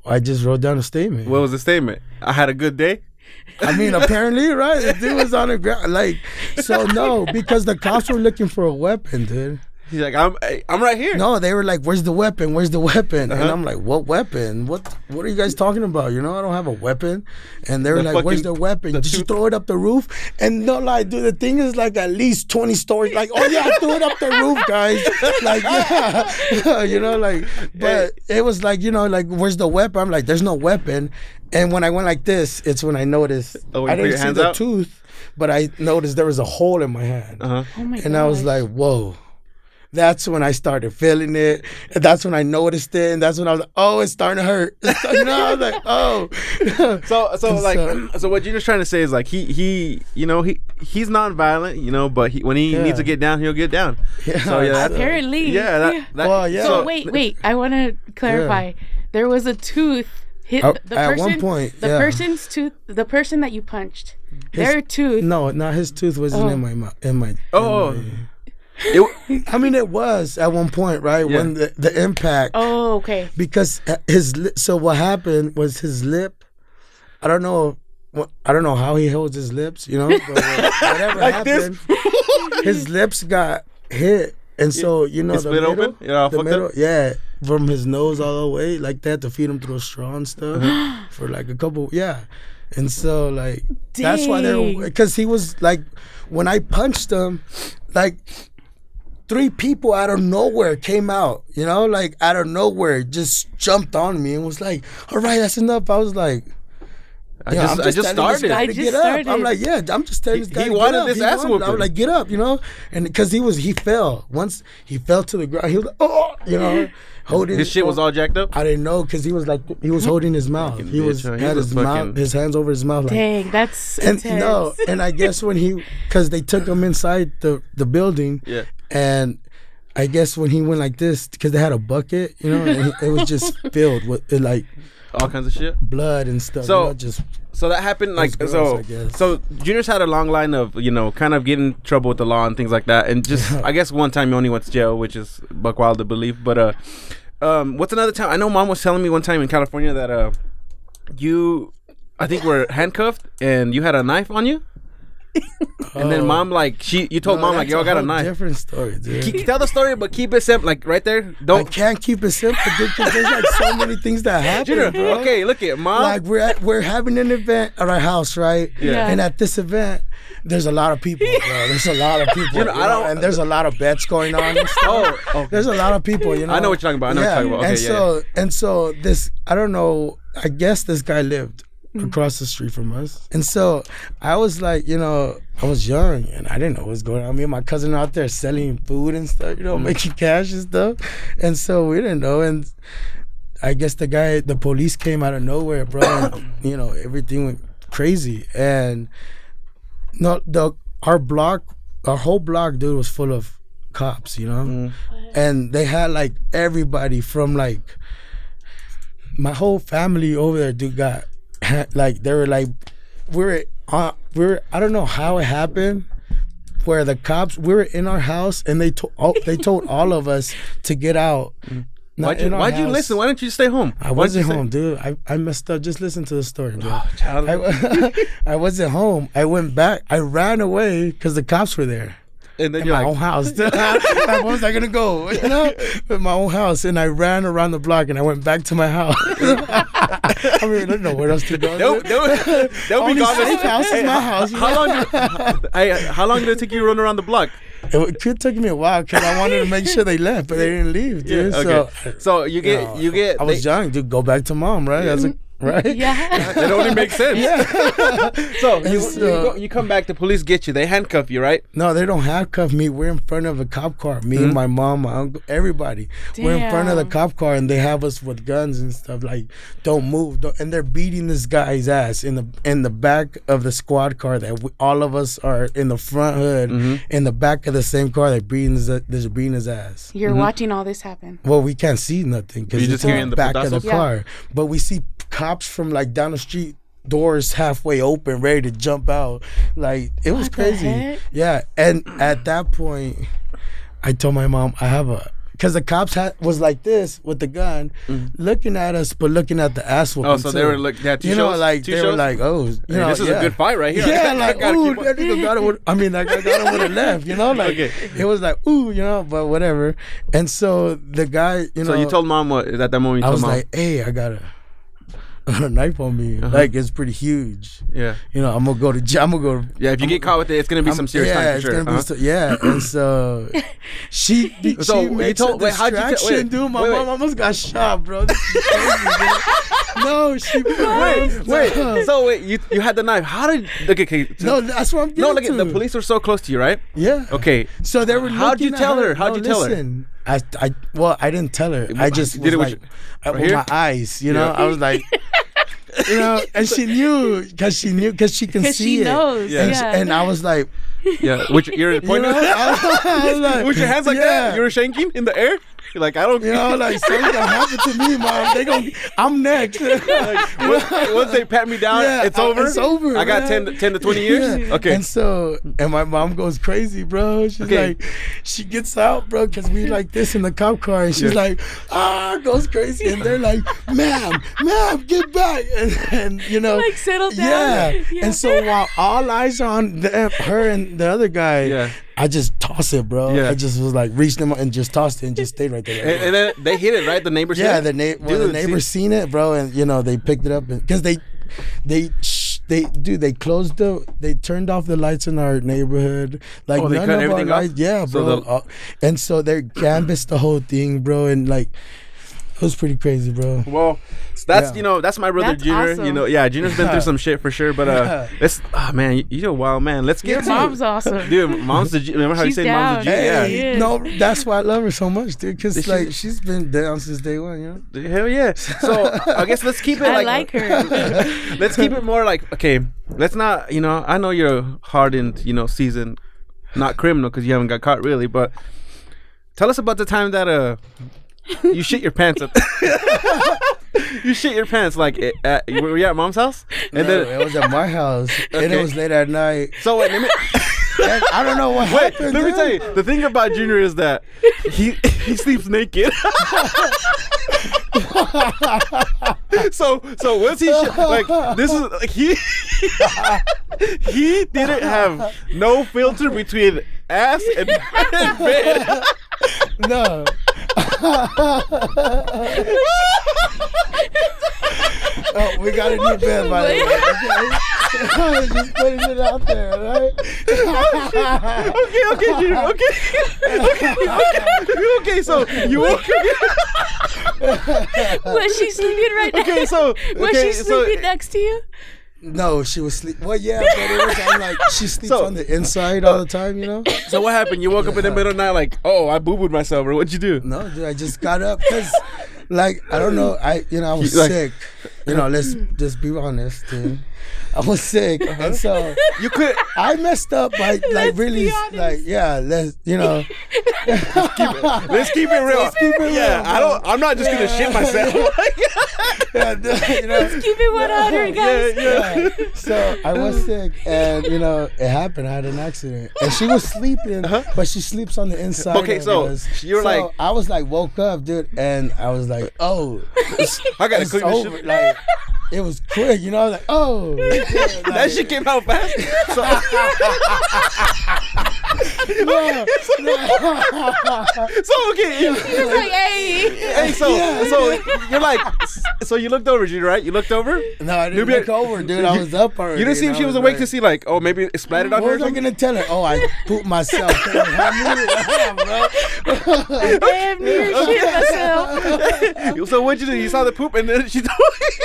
S3: I just wrote down a statement.
S2: What was the statement? I had a good day.
S3: I mean, apparently, right? The dude was on the ground. Like, so no, because the cops were looking for a weapon, dude.
S2: He's like, I'm I- I'm right here.
S3: No, they were like, "Where's the weapon? Where's the weapon?" And
S2: Uh-huh.
S3: I'm like, "What weapon? What What are you guys talking about? You know, I don't have a weapon." And they were
S2: The
S3: like, "Where's the
S2: fucking-
S3: weapon?
S2: the
S3: Did you
S2: tooth-
S3: throw it up the roof?" And no lie, dude, the thing is like at least twenty stories. Like, oh yeah, I threw it up the roof, guys. Like, yeah, *laughs* you know, like, but it was like, you know, like, "Where's the weapon?" I'm like, "There's no weapon." And when I went like this, it's when I noticed
S2: Oh,
S3: I
S2: you put your
S3: didn't see
S2: hands
S3: the
S2: out?
S3: tooth, but I noticed there was a hole in my hand.
S2: Uh-huh.
S1: Oh my
S3: And I was
S1: gosh.
S3: like, whoa. That's when I started feeling it. And that's when I noticed it. And that's when I was like, oh, it's starting to hurt. *laughs* you know, I was like, oh. *laughs*
S2: So so
S3: And
S2: like
S3: so-
S2: *clears throat* so what Junior's trying to say is like he he you know he he's nonviolent you know but he, when he
S3: Yeah.
S2: needs to get down he'll get down.
S3: Yeah,
S2: so yeah, that's,
S1: Apparently.
S2: yeah, that, that,
S3: Well, yeah.
S1: So
S3: So-
S1: wait, wait. I want to clarify. There was a tooth hit
S3: Uh,
S1: the
S3: at
S1: person.
S3: one point,
S1: the
S3: yeah.
S1: person's tooth. The person that you punched. their tooth.
S3: No, no, his tooth wasn't in my mouth. In my,
S2: Oh,
S3: *laughs*
S2: it,
S3: I mean, it was at one point, right? When the, the impact,
S1: Oh, okay.
S3: because uh, his lip. So what happened was his lip. I don't know. wh- I don't know how he holds his lips. You know, but wha-
S2: *laughs*
S3: whatever happened, his lips got hit, and so you know
S2: It
S3: the
S2: split
S3: middle,
S2: open? Yeah,
S3: the
S2: fucked
S3: middle,
S2: up?
S3: yeah, from his nose all the way. Like they had to feed him through a straw and stuff
S2: Uh-huh.
S3: *gasps* for like a couple, yeah. And so like that's why
S1: Dang.
S3: they're because he was like when I punched him, like three people out of nowhere came out, you know, like out of nowhere, just jumped on me and was like, "All right, that's enough." I was like,
S2: I
S3: "Yeah,
S2: just,
S3: I'm
S2: I just
S3: telling this
S2: started.
S3: guy
S1: I
S3: to
S1: just
S3: get up." I'm
S1: started.
S3: like, "Yeah, I'm just telling
S2: He-
S3: this guy."
S2: he
S3: to get
S2: wanted
S3: up."
S2: this ass
S3: wanted- I
S2: whooping.
S3: was like, "Get up," you know, and because he was he fell once he fell to the ground. He was like, "Oh,"
S2: *laughs*
S3: you know, holding
S2: His shit was all jacked up.
S3: I didn't know because he was like he was holding his mouth. He
S2: bitch,
S3: was
S2: huh? He
S3: had
S2: was
S3: his
S2: fucking-
S3: mouth, his hands over his mouth. Like,
S1: Dang, that's
S3: and
S1: intense.
S3: no, and I guess when he because they took him inside the the building.
S2: Yeah.
S3: And I guess when he went like this because they had a bucket, you know, and he- it was
S2: *laughs*
S3: just filled with uh, like
S2: All kinds of shit.
S3: blood and stuff.
S2: So-
S3: you know, just
S2: So that happened like
S3: That's gross, I
S2: so.
S3: guess.
S2: So juniors had a long line of you know kind of getting in trouble with the law and things like that, and just I guess one time you only went to jail, which is buck wild to believe. But uh, um, what's another time? I know mom was telling me one time in California that uh, you, I think were handcuffed and you had a knife on
S3: *laughs*
S2: you, and then mom like she you told
S3: Oh. No,
S2: mom like
S3: Oh,
S2: yo
S3: that's
S2: I got a
S3: whole
S2: knife.
S3: Different story, dude.
S2: Keep- tell the story, but keep it simple. Like right there,
S3: I
S2: don't.
S3: can't keep it simple dude, 'cause there's like so many things that happen.
S2: *laughs* Junior,
S3: bro.
S2: okay, look at mom.
S3: Like we're at, we're having an event at our house, right?
S1: Yeah.
S3: And at this event, there's a lot of people, bro. There's a lot of people.
S2: Junior,
S3: you
S2: I
S3: know,
S2: don't-
S3: and there's a lot of bets going on. And stuff.
S2: *laughs* oh, okay.
S3: There's a lot of people, you know.
S2: I know what you're talking about. I know what you're talking about.
S3: and
S2: Okay, yeah,
S3: so and so this I don't know, I guess this guy lived across the street from us. And so I was like, you know, I was young and I didn't know what was going on. Me and my cousin out there selling food and stuff, you know,
S2: Mm-hmm.
S3: making cash and stuff. And so we didn't know and I guess the guy the police came out of nowhere, bro.
S2: *coughs*
S3: and, you know, everything went crazy and no the our block our whole block dude was full of cops you know
S2: Mm-hmm.
S3: and they had like everybody from like my whole family over there dude got *laughs* like they were like we were uh, we were I don't know how it happened where the cops we were in our house and they told all they told all of us to get out Not
S2: Mm-hmm. Why'd you,
S3: in our
S2: why'd you
S3: house.
S2: listen? Why didn't you stay home?
S3: I wasn't home dude I, I messed up just listen to the story bro I,
S2: Child,
S3: wa- I *laughs* wasn't home. I went back. I ran away because the cops were there.
S2: and then
S3: In
S2: you're
S3: my own
S2: like,
S3: *laughs* house. Where was I
S2: *laughs*
S3: gonna go? You *laughs* know, in my own house, and I ran around the block, and I went back to
S2: *laughs*
S3: my house. I mean, I don't know where else to go.
S2: Nope, they'll,
S3: *laughs*
S2: they'll be
S3: Only
S2: gone.
S3: safe house is my house. you
S2: How
S3: know?
S2: long? Did, I, how long did it take you to run around the block?
S3: *laughs* It could took me a while because I wanted to make sure they left, but they didn't leave, dude.
S2: okay. So, you get
S3: know,
S2: you get.
S3: So I was
S2: they,
S3: young, dude. Go back to mom, right? As a, right?
S1: *laughs*
S3: *laughs*
S1: yeah.
S2: it only makes sense. *laughs* so you,
S3: so-
S2: you, go, you come back. The police get you. They handcuff you, right?
S3: No, they don't handcuff me. We're in front of a cop car. Me and my mom, my uncle, everybody. We're in front of the
S1: Damn.
S3: cop car, and they have us with guns and stuff. Like, don't move. Don't, and they're beating this guy's ass in the in the back of the squad car. That we, all of us are in the front hood, in the back of the same car. They're beating his, they're beating his ass.
S1: You're watching all this happen.
S3: Well, we can't see nothing because
S2: You're
S3: it's
S2: just
S3: in
S2: hearing the
S3: the back of the
S2: pedazos?
S1: Yeah.
S3: car. But we see cops from like down the street, doors halfway open, ready to jump out. Like it was
S1: What the
S3: crazy.
S1: heck?
S3: Yeah, and at that point, I told my mom I have a. Cause the cops had, was like this with the gun, looking at us, but looking at the ass whooping
S2: Mm-hmm. Oh, so they
S3: too.
S2: were like, they had two
S3: you know,
S2: shows?
S3: like
S2: Two
S3: they were
S2: shows?
S3: like, oh, you
S2: Hey,
S3: know,
S2: this is
S3: yeah.
S2: a good fight right here. *laughs*
S3: Yeah,
S2: I
S3: like
S2: gotta
S3: ooh,
S2: keep up.
S3: that nigga got it. With, I mean, that guy got it with a left. You
S2: *laughs*
S3: know, like
S2: Okay.
S3: it was like ooh, you know, but whatever. And so the guy, you know,
S2: So you told mom what? Is at that moment you
S3: I
S2: told
S3: was
S2: mom?
S3: like, hey, I got a, *laughs* a knife on me.
S2: Uh-huh.
S3: Like it's pretty huge.
S2: yeah,
S3: You know, I'm gonna go to jail. I'm gonna go. To,
S2: yeah. If you get caught with it, it's gonna be
S3: I'm-
S2: some serious
S3: yeah,
S2: time for
S3: it's
S2: sure.
S3: gonna be
S2: uh-huh.
S3: so- yeah,
S2: *laughs*
S3: and so she be-
S2: So
S3: she
S2: you
S3: makes
S2: told-
S3: a
S2: wait, how'd you tell- wait,
S3: distraction, dude. My
S2: wait, wait.
S3: mom almost got shot, bro. This is crazy,
S2: *laughs*
S3: dude. no, she
S2: Wait, wait. So wait, you you had the knife. How did? Okay, okay.
S3: No, that's what I'm getting
S2: no. Look,
S3: to.
S2: at the police were so close to you, right?
S3: Yeah.
S2: Okay.
S3: So they were.
S2: How'd you
S3: looking at
S2: tell her? How'd
S3: No,
S2: you tell her?
S3: listen. I, I, well, I didn't tell her. I just
S2: did
S3: was
S2: it with
S3: like,
S2: your-
S3: I-
S2: right
S3: with
S2: here?
S3: my eyes. You know, I was like, you know, and she knew because she knew because
S1: *laughs*
S3: she can
S1: Because
S3: see
S1: she
S3: it.
S1: knows.
S2: Yeah.
S1: Yeah.
S3: And, and I was like,
S2: *laughs* Yeah. Which you're
S3: you know,
S2: pointing.
S3: I was
S2: *laughs*
S3: like,
S2: With your hands like
S3: yeah.
S2: that, you were shaking in the air. You're like, I don't.
S3: You know, like something's gonna happen to me, mom. They gonna, I'm next. *laughs*
S2: like, *laughs* once, once they pat me down,
S3: Yeah,
S2: it's
S3: I-
S2: over.
S3: it's over,
S2: I got
S3: man.
S2: 10, 10 to twenty years.
S3: Yeah.
S2: Okay.
S3: And so, and my mom goes crazy, bro. She's
S2: Okay.
S3: like, she gets out, bro, because we like this in the cop car, and she's
S2: Yeah.
S3: like, ah, goes crazy, and they're like, ma'am, ma'am, get back, *laughs* and, and you know,
S1: Like, settle down.
S3: Yeah.
S1: Yeah.
S3: And so while all eyes are on them, her and the other guy,
S2: Yeah.
S3: I just toss it, bro.
S2: Yeah.
S3: I just was like, reached them and just tossed it and just stayed right there.
S2: and, and then they hit it right. The neighbors.
S3: Yeah,
S2: hit
S3: the
S2: it?
S3: na- well, the
S2: Dude,
S3: neighbors seen it, bro, and you know they picked it up because they, they, sh- they, dude, they closed the, they turned off the lights in our neighborhood, like
S2: Oh, they
S3: none
S2: cut
S3: of our
S2: everything off?
S3: lights. Yeah,
S2: So
S3: bro,
S2: the-
S3: Uh, and so they canvassed the whole thing, bro, and like. It was pretty crazy, bro.
S2: Well, so that's
S3: Yeah.
S2: you know that's my brother
S1: That's
S2: Junior. You
S1: awesome.
S2: know, yeah, Junior's been through some shit for sure. But
S3: *laughs*
S2: uh,
S3: Yeah.
S2: let's oh man, you- you're a wild man. Let's get
S1: Your
S2: to
S1: mom's
S2: it.
S1: awesome.
S2: dude. Mom's the G. Remember how
S1: She's
S2: you say mom's the G?
S1: down.
S2: Yeah,
S1: Hey. Yeah.
S3: No, that's why I love her so much, dude. Cause
S2: Is she-
S3: like she's been down since day one, you know.
S2: Dude, hell yeah. So
S3: *laughs*
S2: I guess let's keep it.
S1: I like her.
S2: *laughs* let's keep it more like okay. Let's not. You know, I know you're a hardened. You know, seasoned, not criminal because you haven't got caught really. But tell us about the time that uh. You shit your pants
S3: *laughs*
S2: up. *laughs* you shit your pants like eh, at, were you at mom's house? And
S3: No,
S2: then
S3: it was
S2: *laughs*
S3: at my house, and it
S2: Okay.
S3: was late at night.
S2: so wait, let me
S3: And I don't know what
S2: Wait,
S3: happened.
S2: let me
S3: dude.
S2: tell you. The thing about Junior is that he he sleeps naked. so so once he sh- like this is like he he didn't have no filter between ass and, and bed.
S3: No, *laughs* oh, we got a new bed by the way. Okay? Just putting it out there, right?
S2: Okay, okay, Junior. Okay, okay, okay. Okay, so you woke.
S1: Was she sleeping right next?
S2: Okay, so
S1: Was
S2: okay,
S1: she
S2: so
S1: sleeping next to you?
S3: No, she was sleep. Well, yeah, but it was. I'm like,
S2: *laughs*
S3: she sleeps
S2: So-
S3: on the inside all the time, you
S2: *laughs*
S3: know.
S2: so what happened? You woke up in the middle of the night like, oh, I boo booed myself, or what'd you do?
S3: No, dude, I just got up because, like, I don't know. I, you know, I was
S2: You, *laughs* like-
S3: sick. You know,
S2: *laughs*
S3: let's just be honest, dude. I was sick,
S2: Uh-huh.
S3: and so
S2: You could.
S3: I messed up by like
S1: Let's be
S3: really,
S1: honest.
S3: like, yeah, let's, you know,
S2: Let's keep it real.
S3: Let's keep it
S2: yeah,
S3: real,
S2: I don't. I'm not just gonna
S3: Yeah.
S2: shit
S3: *laughs*
S2: myself.
S3: yeah, you know.
S1: Keep it 100,
S2: yeah,
S1: guys.
S2: yeah.
S3: So I
S2: Uh-huh.
S3: was sick, and you know, it happened. I had an accident, and she was sleeping, but she sleeps on the inside.
S2: Uh-huh. Okay,
S3: of
S2: so
S3: us.
S2: you're
S3: So
S2: like-
S3: I was like, woke up, dude, and I was like, oh, it's,
S2: I gotta
S3: it's
S2: clean this
S3: over.
S2: shit.
S3: Like, it was quick, you know. I was like,
S2: *laughs*
S3: oh, yeah,
S2: that
S3: like-
S2: shit came out fast. *laughs* So, *laughs*
S3: Yeah,
S2: so okay.
S1: She
S2: you-
S1: was like, hey.
S2: Hey, so
S3: Yeah.
S2: so you're like, so you looked over, Junior, right? You looked over. You
S3: No, I didn't
S2: Nubia-
S3: look over, dude. I was up already.
S2: didn't see if
S3: and
S2: she
S3: I
S2: was awake
S3: like-
S2: to see like, oh, maybe it splattered on
S3: What
S2: her. Or
S3: was I
S2: something.
S3: gonna tell her? Oh, I pooped myself. *laughs* Can you help me? Yeah, bro.
S1: Damn near shit myself.
S2: *laughs* so what'd you do? You saw the poop, and then she. *laughs* told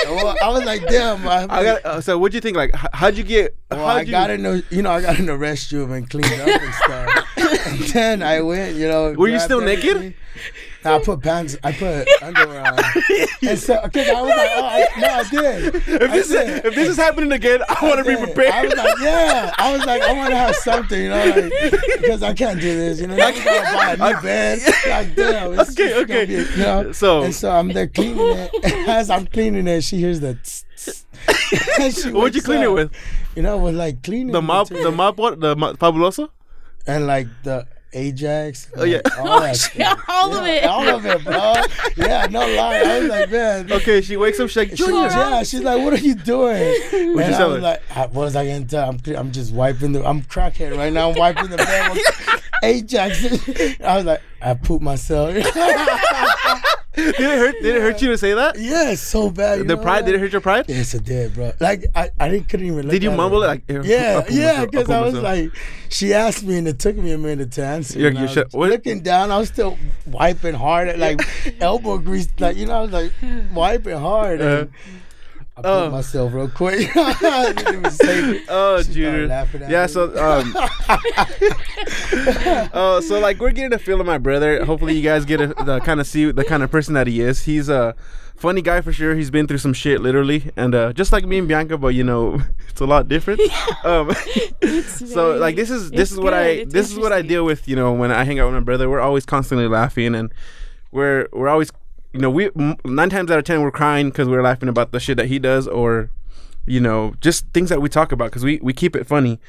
S3: Well, I was like, damn. I,
S2: I got. Uh, so what'd you think? Like, h- how'd you get?
S3: well,
S2: how'd
S3: I
S2: you,
S3: got in the, you know, I got in the restroom and cleaned up
S2: *laughs*
S3: and stuff. and then I went, you know.
S2: Were you
S3: grabbed
S2: still naked?
S3: everything. Nah, I put pants. I put underwear
S2: *laughs*
S3: on. and so, okay, I was like, oh, I, no, I did.
S2: If this, is,
S3: said-
S2: if this is happening again, I want to be prepared.
S3: I was like, yeah. I was like, I want to have something, you know, like, because I can't do this, you know. I gotta buy a new bed. Like, damn, it's
S2: Okay,
S3: just gonna
S2: okay.
S3: be- you know.
S2: So-
S3: and so I'm there cleaning it. *laughs* As I'm cleaning it, she hears the. tss, tss. *laughs* And she
S2: What'd you
S3: wakes
S2: clean it
S3: up,
S2: with?
S3: You know, with like
S2: *laughs*
S3: cleaning
S2: The mop,
S3: material.
S2: the mop, what? The mop, Fabuloso?
S3: and like the Ajax. Oh
S2: yeah.
S3: all that shit.
S1: *laughs* All of it.
S3: All of it, bro. Yeah, no lie. I was like, man.
S2: Okay, she wakes up, she's like,
S3: She
S2: Junior,
S3: was, yeah, she's like, "What are you
S2: *laughs*
S3: doing?" And
S2: you
S3: I
S2: tell
S3: was
S2: her?
S3: like, I, "What was I gonna tell? I'm, cle- I'm just wiping the. I'm crackhead right now. I'm wiping the
S2: *laughs*
S3: bed with Ajax." *laughs* I was like, "I pooped myself." *laughs*
S2: did it hurt? Did it hurt you to say that?
S3: yeah, it's so bad. you
S2: The
S3: know,
S2: pride? Did it
S3: like-
S2: hurt your pride?
S3: Yes, it did, bro. Like I, I didn't, couldn't even. Look
S2: Did you
S3: at her.
S2: mumble it like? "Here, I'll
S3: Yeah,
S2: pull myself,
S3: yeah,
S2: I'll
S3: because
S2: pull
S3: I was
S2: myself."
S3: like, she asked me, and it took me a minute to answer.
S2: You're-
S3: and I
S2: you
S3: was
S2: should- what-
S3: looking down, I was still wiping hard, at,
S2: *laughs*
S3: like elbow grease, like you know, I was like wiping hard. And I put
S2: Uh.
S3: myself real quick. *laughs* I didn't even save it.
S2: *laughs* Oh,
S3: started
S2: Junior.
S3: laughing at
S2: Yeah,
S3: me.
S2: so um,
S3: *laughs*
S2: *laughs* uh, so like we're getting a feel of my brother. Hopefully, you guys get a, the kind of see the kind of person that he is. He's a funny guy for sure. He's been through some shit literally, and uh, just like me and Bianca, but you know, *laughs* it's a lot different. Um, so
S1: very-
S2: like this is this
S1: it's
S2: is what I
S1: good. It's
S2: this is what I
S1: interesting.
S2: deal with. You know, when I hang out with my brother, we're always constantly laughing, and we're we're always you know we m- nine times out of ten we're crying because we're laughing about the shit that he does or you know just things that we talk about because we we keep it funny.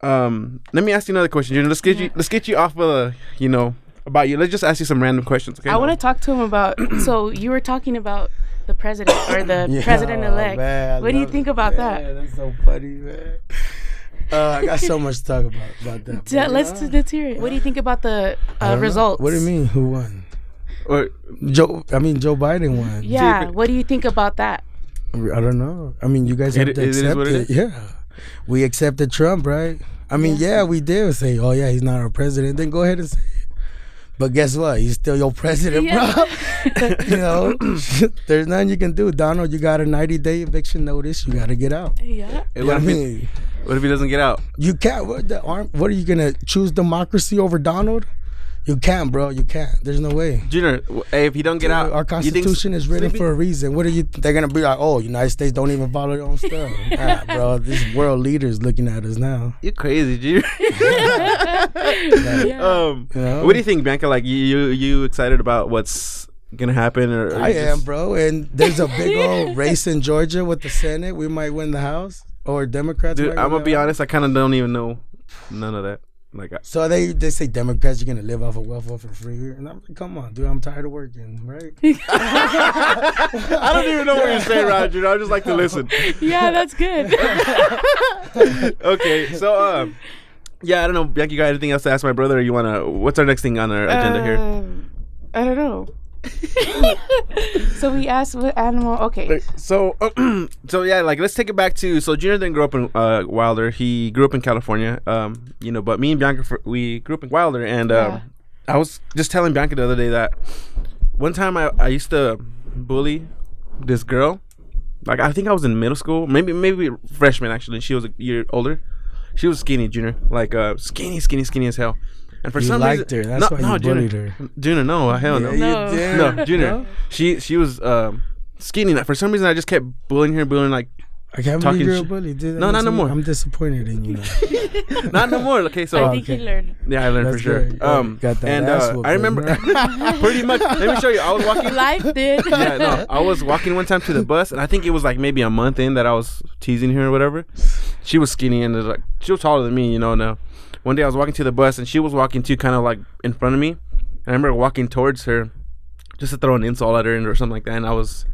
S2: Um, let me ask you another question, Junior. Let's get you let's get you off of the you know about you. Let's just ask you some random questions. Okay.
S1: I want to talk to him about. *clears throat* So you were talking about the president or the
S3: *clears throat* Yeah, Oh,
S1: president elect.
S3: man, I
S1: What do you
S3: love
S1: think
S3: it.
S1: about
S3: Man,
S1: that?
S3: That's so funny, man. Uh, I got so much to talk about about that.
S1: *laughs* Yeah,
S3: man.
S1: let's let's hear it. What do you think about the
S3: I
S1: uh,
S3: don't know.
S1: results?
S3: What do you mean? Who won?
S2: Or,
S3: Joe. I mean, Joe Biden won.
S1: Yeah. What do you think about that?
S3: I don't know. I mean, you guys have
S2: It-
S3: to
S2: it is
S3: accept
S2: what
S3: it.
S2: it is.
S3: Yeah, we accepted Trump, right? I mean, yeah. we did say, "Oh yeah, he's not our president." Then go ahead and say, it. But guess what? He's still your president, bro. *laughs* you know, there's nothing you can do. Donald, you got a 90 day eviction notice. You got to get out.
S1: *laughs* yeah.
S2: Hey, what,
S3: You know what I
S2: if he,
S3: mean?
S2: what if he doesn't get out?
S3: You can't. What, the arm, what are you going to choose democracy over Donald? You can't, bro. You can't. There's no way.
S2: Junior, w- hey, if he don't get out,
S3: Our
S2: you think
S3: Constitution is written
S2: Sleepy-
S3: for a reason. What are you? They're gonna be like, oh, United States don't even follow their
S2: *laughs*
S3: own stuff, nah, bro. This world leaders looking at us now.
S2: You're crazy, *laughs* Junior. um,
S3: Yeah.
S2: what do you think, Bianca? Like, you you, you excited about what's gonna happen? Or, or
S3: I
S2: you
S3: am,
S2: just-
S3: bro. And there's
S2: *laughs*
S3: a big old race in Georgia with the Senate. We might win the House or Democrats.
S2: Dude,
S3: might
S2: I'm
S3: win
S2: gonna
S3: the
S2: be
S3: House.
S2: honest. I kind of don't even know none of that. Like, I,
S3: So they they say Democrats are gonna live off of welfare for free, and I'm like, come on, dude, I'm tired of working, right? *laughs*
S2: I don't even know what you're saying, Roger. I just like to listen. *laughs*
S1: Yeah, that's good.
S2: Okay, so um, yeah, I don't know, Bianca. You got anything else to ask my brother? Or you wanna? What's our next thing on our agenda here?
S1: Um, I don't
S2: *laughs*
S1: know. so we asked what animal. Okay.
S2: So, so *clears throat* yeah, like let's take it back to so Junior didn't grow up in uh, Wilder. He grew up in California, um, you know. But me and Bianca, fr- we grew up in Wilder, and um,
S1: Yeah.
S2: I was just telling Bianca the other day that one time I, I used to bully this girl. Like I think I was in middle school, maybe maybe freshman actually. She was a year older. She was skinny, Junior, like uh, skinny, skinny, skinny as hell. And for
S3: You
S2: some
S3: liked
S2: reason,
S3: her. That's why you
S2: Junior,
S3: bullied her.
S2: Junior, no, hell *laughs* no
S3: Yeah, you
S1: No.
S3: did.
S2: no, Junior.
S3: No?
S2: She she was um, skinny. Like, For some reason, I just kept bullying her, bullying like
S3: I can't
S2: Talking
S3: believe you're a
S2: shit.
S3: bully, dude.
S2: No,
S3: I'm
S2: not no
S3: dis-
S2: more.
S3: I'm disappointed in you.
S2: *laughs*
S3: Now.
S2: not no more. Oh, Okay, so
S1: I think
S3: okay.
S1: he learned.
S2: yeah, I learned for
S3: That's
S2: sure.
S3: good. Yeah,
S2: Um,
S3: got that
S2: and
S3: ass
S2: uh,
S3: whooping,
S2: I remember *laughs* pretty much. Let me show you. I was walking. *laughs*
S1: Life did.
S2: Yeah,
S3: *laughs*
S2: no, I was walking one time to the bus, and I think it was like maybe a month in that I was teasing her or whatever. She was skinny and like she was taller than me, you know. Now, one day I was walking to the bus, and she was walking too, kind of like in front of me. And I remember walking towards her, just to throw an insult at her and or something like that. And I was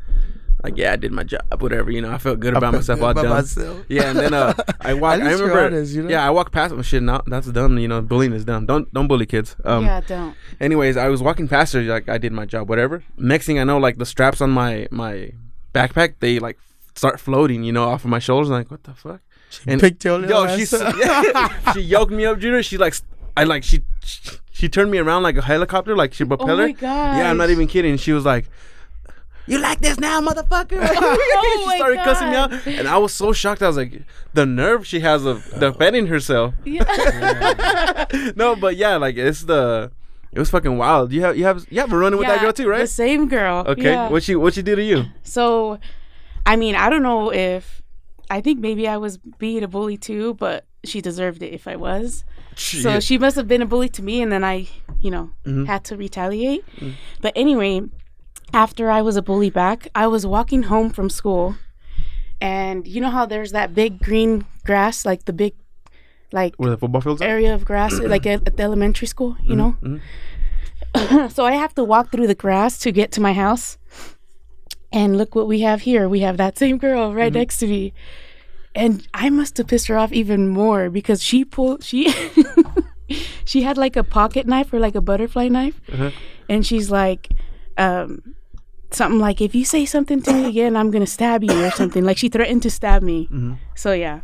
S2: like, "Yeah, I did my job, whatever." You know, I felt good about myself. All
S3: *laughs* By
S2: done.
S3: myself.
S2: Yeah, and then
S3: *laughs*
S2: uh, I walked.
S3: At
S2: I
S3: least you're
S2: remember.
S3: honest, you know?
S2: Yeah, I walked past them. Shit, no, that's dumb. You know, bullying is dumb. Don't don't bully kids.
S1: *laughs*
S2: Um,
S1: yeah, don't.
S2: anyways, I was walking past her, like I did my job, whatever. Next thing I know, like the straps on my my backpack, they like start floating, you know, off of my shoulders. I'm like, what the fuck? And
S3: Picked your
S2: yo,
S3: little ass
S2: she *laughs*
S3: up.
S2: she yoked me up, Junior. She like, s- I like she, she she turned me around like a helicopter, like she propeller.
S1: my gosh.
S2: Yeah, I'm not even kidding. She was like. You like this now, motherfucker? *laughs* she
S1: my
S2: started cussing me out,
S1: God.
S2: and I was so shocked. I was like, the nerve she has of defending herself
S1: Yeah.
S2: *laughs* no, but yeah, like it's the it was fucking wild. You have you have you have a run with that
S1: Yeah,
S2: girl too,
S1: The
S2: right?
S1: same girl.
S2: Okay,
S1: yeah.
S2: what she what she do to you?
S1: So, I mean, I don't know if I think maybe I was being a bully too, but she deserved it if I was. So she must have been a bully to me, and then I, you know, had to retaliate. But anyway, after I was a bully back, I was walking home from school, and you know how there's that big green grass, like the big, like
S2: Where the football fields? at?
S1: area of grass, like at, at the elementary school, you know? *clears throat* so I have to walk through the grass to get to my house. And look what we have here. We have that same girl right next to me. And I must have pissed her off even more because she pulled, she. *laughs* She had like a pocket knife or like a butterfly knife, and she's like, um, something like, "If you say something to me again, I'm gonna stab you" or something. Like she threatened to stab me. So yeah,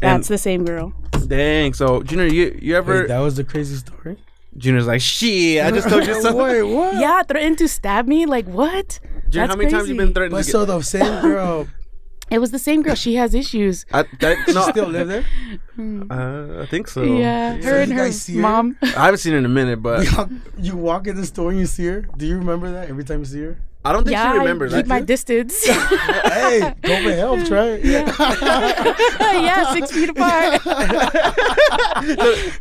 S1: that's the same girl.
S2: Dang. So Junior, you you ever
S3: Wait, that was the crazy story.
S2: Junior's like shit. I just told you something.
S3: *laughs* Wait, what?
S1: Yeah, threatened to stab me. Like what?
S2: Junior, how many times you been threatened?
S3: But
S2: To
S3: so the same girl
S1: It was the same girl. She has issues.
S2: get, I,
S3: *laughs*
S2: that, no,
S3: still live there.
S2: *laughs* uh, I think so.
S1: yeah, her and
S3: you
S1: her
S3: guys see her?
S1: mom.
S2: I haven't seen her in a minute, but
S3: you walk in the store and you see her. Do you remember that every time you see her?
S2: I don't think
S1: yeah,
S2: she
S1: I
S2: remembers.
S1: keep
S2: Like,
S1: my distance.
S3: hey,
S2: *laughs*
S3: go for help, try.
S1: *laughs* yeah, six feet apart.
S2: the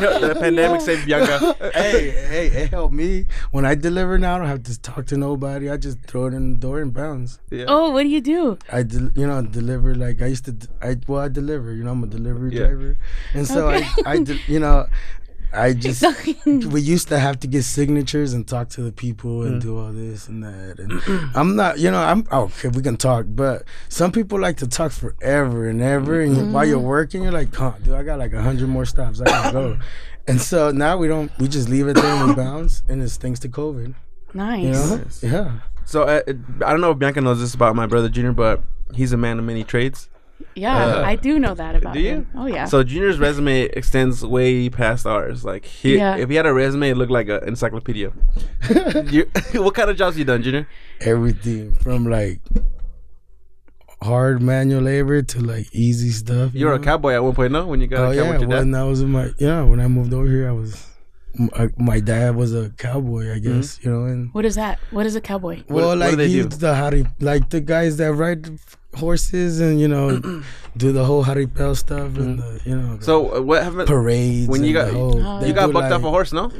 S1: *laughs*
S2: the pandemic saved Bianca.
S3: *laughs* hey, hey, it helped me. When I deliver now, I don't have to talk to nobody. I just throw it in the door and bounce.
S2: Yeah.
S1: Oh, what do you do?
S3: I, del- you know, deliver like I used to. d- I well, I deliver. You know, I'm a delivery
S2: Yeah.
S3: driver, and so I,
S2: *laughs*
S3: I, del- you know, I just. *laughs* we used to have to get signatures and talk to the people and do all this and that. And I'm not, you know, I'm oh, okay. We can talk, but some people like to talk forever and ever. And while you're working, you're like, "Huh, dude, I got like a hundred more stops. I gotta go." And so now we don't. We just leave it there and we bounce, and it's thanks to COVID.
S1: *laughs* nice.
S3: You know? Yeah. *laughs*
S2: So uh, I don't know if Bianca knows this about my brother Junior, but he's a man of many trades.
S1: Yeah, I do know that about
S2: do you?
S1: him. Oh yeah.
S2: So Junior's resume extends way past ours. Like he,
S1: Yeah.
S2: if he had a resume, it looked like an
S3: *laughs*
S2: encyclopedia. you, *laughs* what kind of jobs you done, Junior?
S3: Everything from like hard manual labor to like easy stuff.
S2: You were a
S3: know?
S2: cowboy at one point, no? When you got
S3: Mm-hmm. Oh
S2: a cowboy
S3: yeah,
S2: with your dad?
S3: when I was in my yeah, when I moved over here, I was my, my dad was a cowboy, I guess you know, and
S1: what is that? What is a cowboy?
S2: Mm-hmm. What-
S3: well,
S2: what do
S3: like
S2: they
S3: he's
S2: do?
S3: the hari, like the guys that ride horses and
S2: *clears throat*
S3: you know do the whole haripel stuff and the, you know the
S2: So uh, what happened?
S3: parades.
S2: when you
S3: and
S2: got-
S3: the whole,
S1: Oh.
S3: they
S2: you got
S3: do,
S2: bucked
S3: like,
S2: off a horse, no?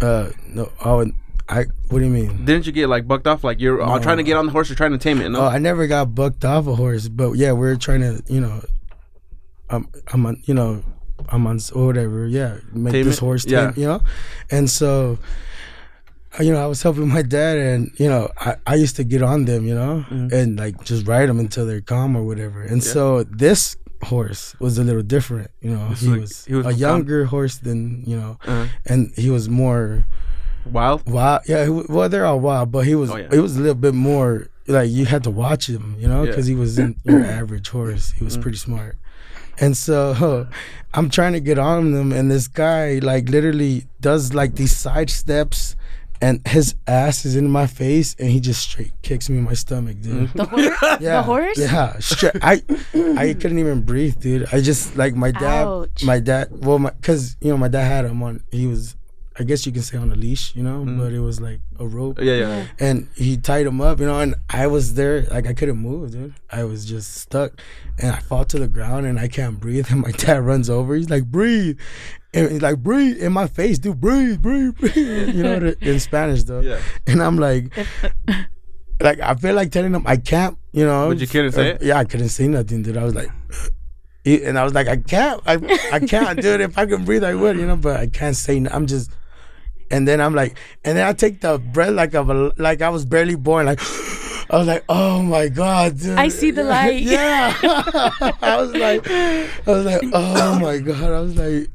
S3: Uh, no, oh, I. What do you mean?
S2: Didn't you get like bucked off? Like you're uh, trying to get on the horse, you're trying to tame it, no?
S3: Oh, I never got bucked off a horse, but yeah, we're trying to, you know, I'm, I'm on, you know, I'm on s- or whatever. Yeah, make
S2: Tame
S3: this
S2: it?
S3: horse, tame,
S2: Yeah.
S3: you know, and so, uh, you know, I was helping my dad, and you know, I, I used to get on them, you know,
S2: Mm-hmm.
S3: and like just ride them until they're calm or whatever. And so this horse was a little different, you know. He
S2: was-
S3: was,
S2: he was
S3: a
S2: from-
S3: younger horse than you know,
S2: Uh-huh.
S3: and he was more *laughs*
S2: Wild.
S3: wild. Yeah, he, wa- well, they're all wild, but he was
S2: Oh, yeah.
S3: it was a little bit more like you had to watch him, you know,
S2: Yeah. Mm.
S3: because he
S2: *clears throat*
S3: wasn't your average horse. He was pretty smart, and so I'm trying to get on them, and this guy like literally does like these side steps. And his ass is in my face, and he just straight kicks me in my stomach,
S2: Mm-hmm.
S3: dude.
S1: The horse?
S3: Yeah,
S1: *laughs* The horse?
S3: Yeah, straight. I, I couldn't even breathe, dude. I just like my dad.
S1: Ouch.
S3: My dad. Well, my because you know my dad had him on. He was, I guess you can say on a leash, you know, but it was like a rope,
S2: Yeah, yeah. yeah.
S3: and he tied him up, you know. And I was there, like I couldn't move, dude. I was just stuck, and I fall to the ground, and I can't breathe. *laughs* And my dad runs over. He's like, breathe. And he's like, breathe in my face, dude. Breathe, breathe, *laughs* breathe. You know, the- in Spanish though.
S2: Yeah.
S3: And I'm like, like I feel like telling him I can't, you know.
S2: But you couldn't say it?
S3: Yeah, I couldn't say nothing, dude. I was like, and I was like, I can't, I, I can't, dude. If I could breathe, I would, you know. But I can't say. n- I'm just, and then I'm like, and then I take the breath like of a, like I was barely born, like. *gasps* I was like, oh my god, dude.
S1: I
S3: *laughs*
S1: see the light.
S3: yeah. I was like, I was like, oh my god. I was like,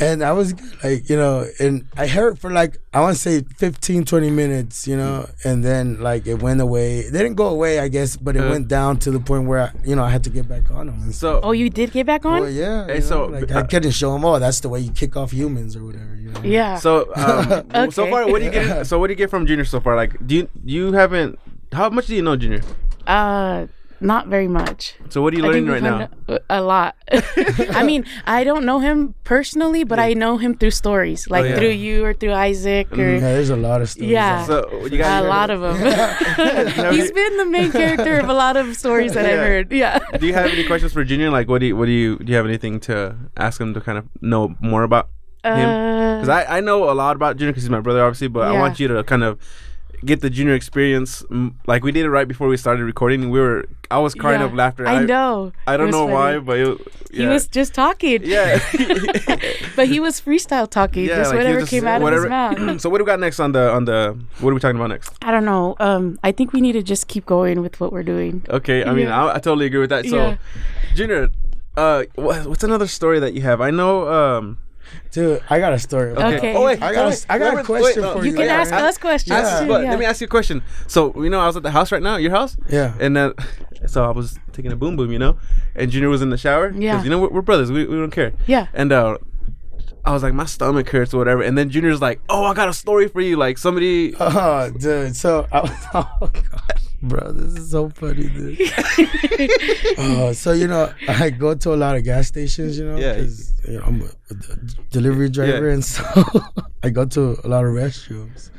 S3: and I was like, you know, and I heard for like, I want to say 15, 20 minutes, you know, and then like it went away. It didn't go away, I guess, but it
S2: Uh.
S3: went down to the point where, I, you know, I had to get back on them. And
S2: So
S1: Oh, you did get back on?
S3: well, yeah.
S2: Hey,
S3: you know,
S2: so,
S3: like,
S2: uh,
S3: I couldn't show them, oh, that's the way you kick off humans or whatever, you know.
S1: yeah.
S2: So,
S1: *laughs*
S2: um, w- so
S1: Okay.
S2: far, what do you get? So, what do you get from Junior so far? Like, do you you haven't? How much do you know Junior?
S1: uh not very much.
S2: So, what are you learning right now?
S1: now? A lot. *laughs* I mean, I don't know him personally, but I know him through stories, like
S2: Oh, yeah. Mm-hmm.
S1: through you or through Isaac or
S3: Yeah, there's a lot of stories.
S1: Yeah.
S3: out
S2: So, you guys,
S1: a lot of *laughs*
S2: *laughs*
S1: them. He's been the main character of a lot of stories that I've
S2: Yeah.
S1: heard. Yeah.
S2: do you have any questions for Junior? Like, what do you what do you do you have anything to ask him to kind of know more about? Because
S1: Uh,
S2: I I know a lot about Junior because he's my brother, obviously. But I
S1: Yeah.
S2: want you to kind of get the Junior experience. mm, Like we did it right before we started recording. We were I was crying
S1: yeah.
S2: of laughter.
S1: I know.
S2: I don't
S1: It was
S2: know why,
S1: funny.
S2: but it, yeah.
S1: He was just talking.
S2: *laughs*
S1: *laughs*
S2: yeah.
S1: but he was freestyle talking, just
S2: like, he
S1: whatever
S2: was just-
S1: came out
S2: whatever-
S1: of his mouth.
S2: *clears throat* so what do we got next on the on the what are we talking about next?
S1: I don't know. Um, I think we need to just keep going with what we're doing.
S2: Okay, I mean
S1: Yeah.
S2: I, I totally agree with that. So,
S1: Yeah.
S2: Junior, uh, wha- what's another story that you have? I know. Um,
S3: there. Dude, I got a story.
S1: Okay.
S3: I got a s- I got a question for
S1: You
S3: you
S1: can
S3: yeah,
S1: ask
S3: I-
S1: us questions
S3: ask-
S1: too.
S2: But
S1: yeah.
S2: let me ask you a question. So you know I was at the house right now, your house.
S3: Yeah.
S2: And uh, *laughs* so I was taking a boom boom, you know, and Junior was in the shower. 'cause,
S1: Yeah.
S2: You know we're, we're brothers. We, we don't care.
S1: Yeah. *laughs*
S2: And uh, I was like my stomach hurts or whatever, and then Junior's like, oh I got a story for you. Like somebody.
S3: *laughs* Oh, dude. So I was, *laughs* oh gosh, bro, this is so funny, dude. oh, so you know, I go to a lot of gas stations, you know,
S2: Yeah.
S3: 'cause, you know, I'm a, a d- delivery driver,
S2: Yeah.
S3: and so *laughs* I go to a lot of restrooms,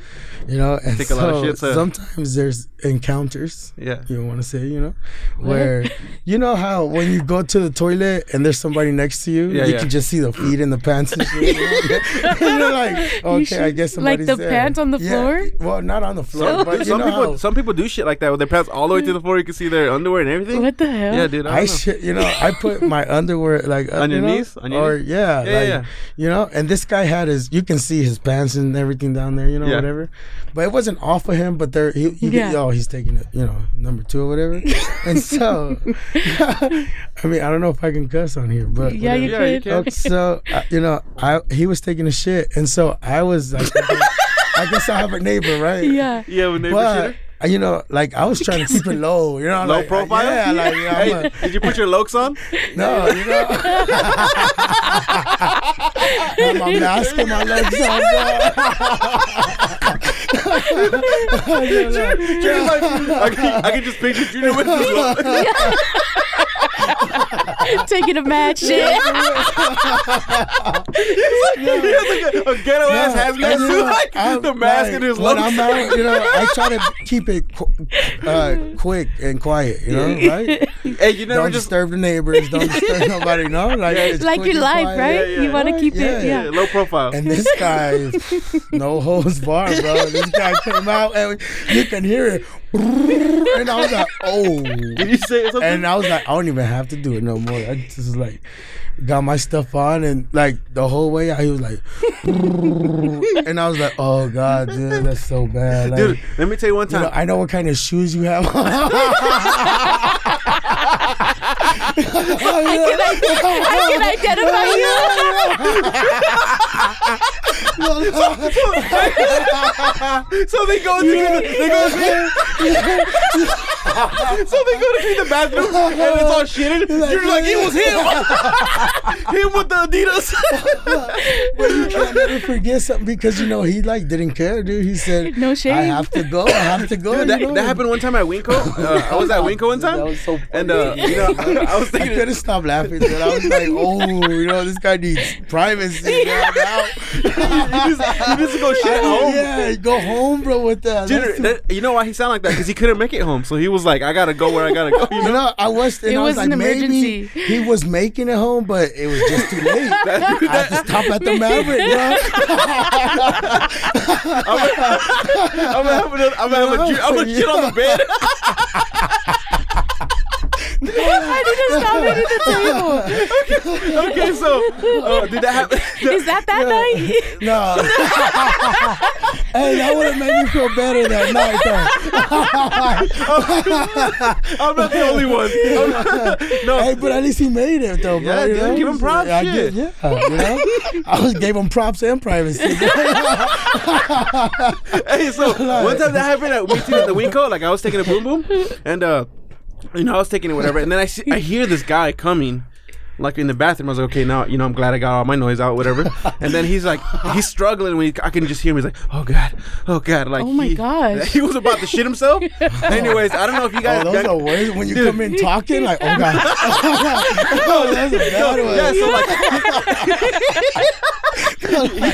S3: you know, and
S2: Take a
S3: so
S2: lot of shits, huh?
S3: sometimes there's encounters.
S2: yeah.
S3: You want to say, you know, where you know how when you go to the toilet and there's somebody next to you,
S2: Yeah,
S3: you
S2: yeah.
S3: can just see the feet in the
S2: *laughs*
S3: pants. *laughs* And shit, you know? And you're like,
S1: You
S3: okay, I
S1: should-
S3: guess somebody's
S1: like the
S3: there.
S1: pants on the floor?
S3: Well, not on the floor,
S2: Some,
S3: but you
S2: some
S3: know,
S2: people
S3: how-
S2: some people do shit like that with their pants all the way to the floor. You can see their underwear and everything.
S1: What the hell?
S2: Yeah, dude. I,
S3: I
S2: don't know.
S3: shit, you know, I put
S2: *laughs*
S3: my underwear like up,
S2: On your
S3: you know,
S2: knees? On your
S3: or
S2: knees?
S3: yeah,
S2: Yeah,
S3: like,
S2: yeah.
S3: you know. And this guy had his, you can see his pants and everything down there, you know,
S2: Yeah.
S3: whatever. But it wasn't off of him, but there, he, you
S1: Yeah.
S3: could, oh, he's taking it, you know, number two or
S1: *laughs*
S3: whatever. and so, *laughs* I mean, I don't know if I can cuss on here, but
S1: yeah, you
S2: Yeah, you
S1: could.
S2: can.
S3: Okay,
S1: *laughs*
S3: so uh, you know, I he was taking a shit, and so I was like, I guess I have a neighbor, right?
S1: Yeah.
S2: *laughs*
S1: *laughs*
S2: Yeah, when they
S3: But I- you know, like I was trying to keep it low. You know,
S2: Low
S3: like,
S2: profile? *laughs*
S3: Yeah, like you know, I'm
S2: Hey,
S3: a-
S2: did you put your lokes on?
S3: no, you *laughs* know. Had my mask and my legs on, bro. You know, like,
S2: Junior's like, I can, I can just picture Junior with *laughs*
S3: *laughs*
S2: this look.
S1: *laughs* Taking a match.
S2: he has like a, a ghetto ass
S3: Yeah,
S2: hazmat *laughs*
S3: and, you
S2: suit,
S3: know,
S2: like
S3: I'm-
S2: the mask
S3: like,
S2: and his
S3: when
S2: locs.
S3: I'm out, you know, I try to keep it qu- uh, quick and quiet. You know, right?
S2: hey, you never
S3: Don't
S2: just
S3: disturb the neighbors. Don't
S2: *laughs*
S3: disturb nobody. No, like
S1: *laughs*
S3: it's
S1: like
S3: quick
S1: your
S3: and
S1: life,
S3: quiet.
S1: right?
S2: yeah,
S1: You want to
S3: right?
S1: keep
S3: Yeah,
S1: it.
S3: yeah.
S1: Yeah.
S2: *laughs* yeah, low profile.
S3: And this guy, no holds bar, bro. This guy came out and you can hear it. And I was like,
S2: did
S3: oh.
S2: you say something?
S3: And I was like, I don't even have to do it no more. I just was like, got my stuff on and like the whole way out, he was like, and I was like, oh God, dude, that's so bad. Like,
S2: Dude, let me tell you one
S3: you
S2: time.
S3: know, I know what kind of shoes you have on.
S1: I can identify you. *laughs*
S2: *laughs* so they go into the, they go so they go to clean the bathroom
S3: *laughs*
S2: and it's all shitted. You're like, it was him. him with the
S3: *laughs*
S2: Adidas.
S3: I'll never forget something because you know he like didn't care, dude. He said,
S1: No shame.
S3: I have to go. I have to go."
S2: Dude,
S3: you
S2: that,
S3: know?
S2: that happened one time at
S3: *laughs*
S2: Winko. Uh, I was at Winko one time.
S3: That was so funny.
S2: And uh, you
S3: *laughs*
S2: know, I was
S3: I
S2: thinking,
S3: couldn't stop laughing, dude. I was like, "Oh, you know, this guy needs
S1: *laughs*
S3: privacy." Yeah,
S2: you just, you just go shit at home.
S3: yeah go home, bro. With that,
S2: Dude,
S3: That's too-
S2: that- you know why he sounded like that? Because he couldn't make it home, so he was like, "I gotta go where I gotta go." You
S3: you
S2: know,
S3: know, I was. And
S1: It
S3: I was,
S1: was an
S3: like, maybe
S1: emergency.
S3: he was making it home, but it was just
S1: *laughs*
S3: too late.
S2: *laughs* That-
S3: I had to stop at the Maverick, bro.
S2: I'm
S3: *laughs*
S2: gonna have another, I'm gonna have a, ju- I'm gonna shit on the bed.
S1: I didn't stop
S2: *laughs*
S1: it at the table.
S2: okay, so uh, did that happen? *laughs*
S1: Is that that night? *laughs*
S3: No. *laughs* hey, that would have made me feel better that night, though. *laughs*
S2: *laughs* Oh, I'm not the only one. I'm not- *laughs* no,
S3: Hey, but at least he made it though, bro.
S2: Yeah,
S3: you
S2: dude,
S3: know?
S2: give him props,
S3: I
S2: shit.
S3: gi- yeah, you know, I was gave him props
S2: *laughs*
S3: and privacy.
S2: hey,
S3: *laughs*
S2: so one time that happened at we two at the Winko, like I was taking a boom boom, and uh, you know I was taking it whatever, and then I see, I hear this guy coming. Like in the bathroom, I was like, okay, now you know I'm glad I got all my noise out, whatever. And then he's like, he's struggling. When he, I can just hear him, he's like, oh god, oh god, like
S1: Oh my
S2: he,
S1: gosh.
S2: *laughs* he was about to
S1: *laughs*
S2: shit himself. Anyways, I don't know if you guys,
S3: Oh, those are words when you
S2: Dude.
S3: come in talking like, oh god, *laughs*
S2: *laughs*
S3: oh, that's a bad one.
S2: yeah, so like he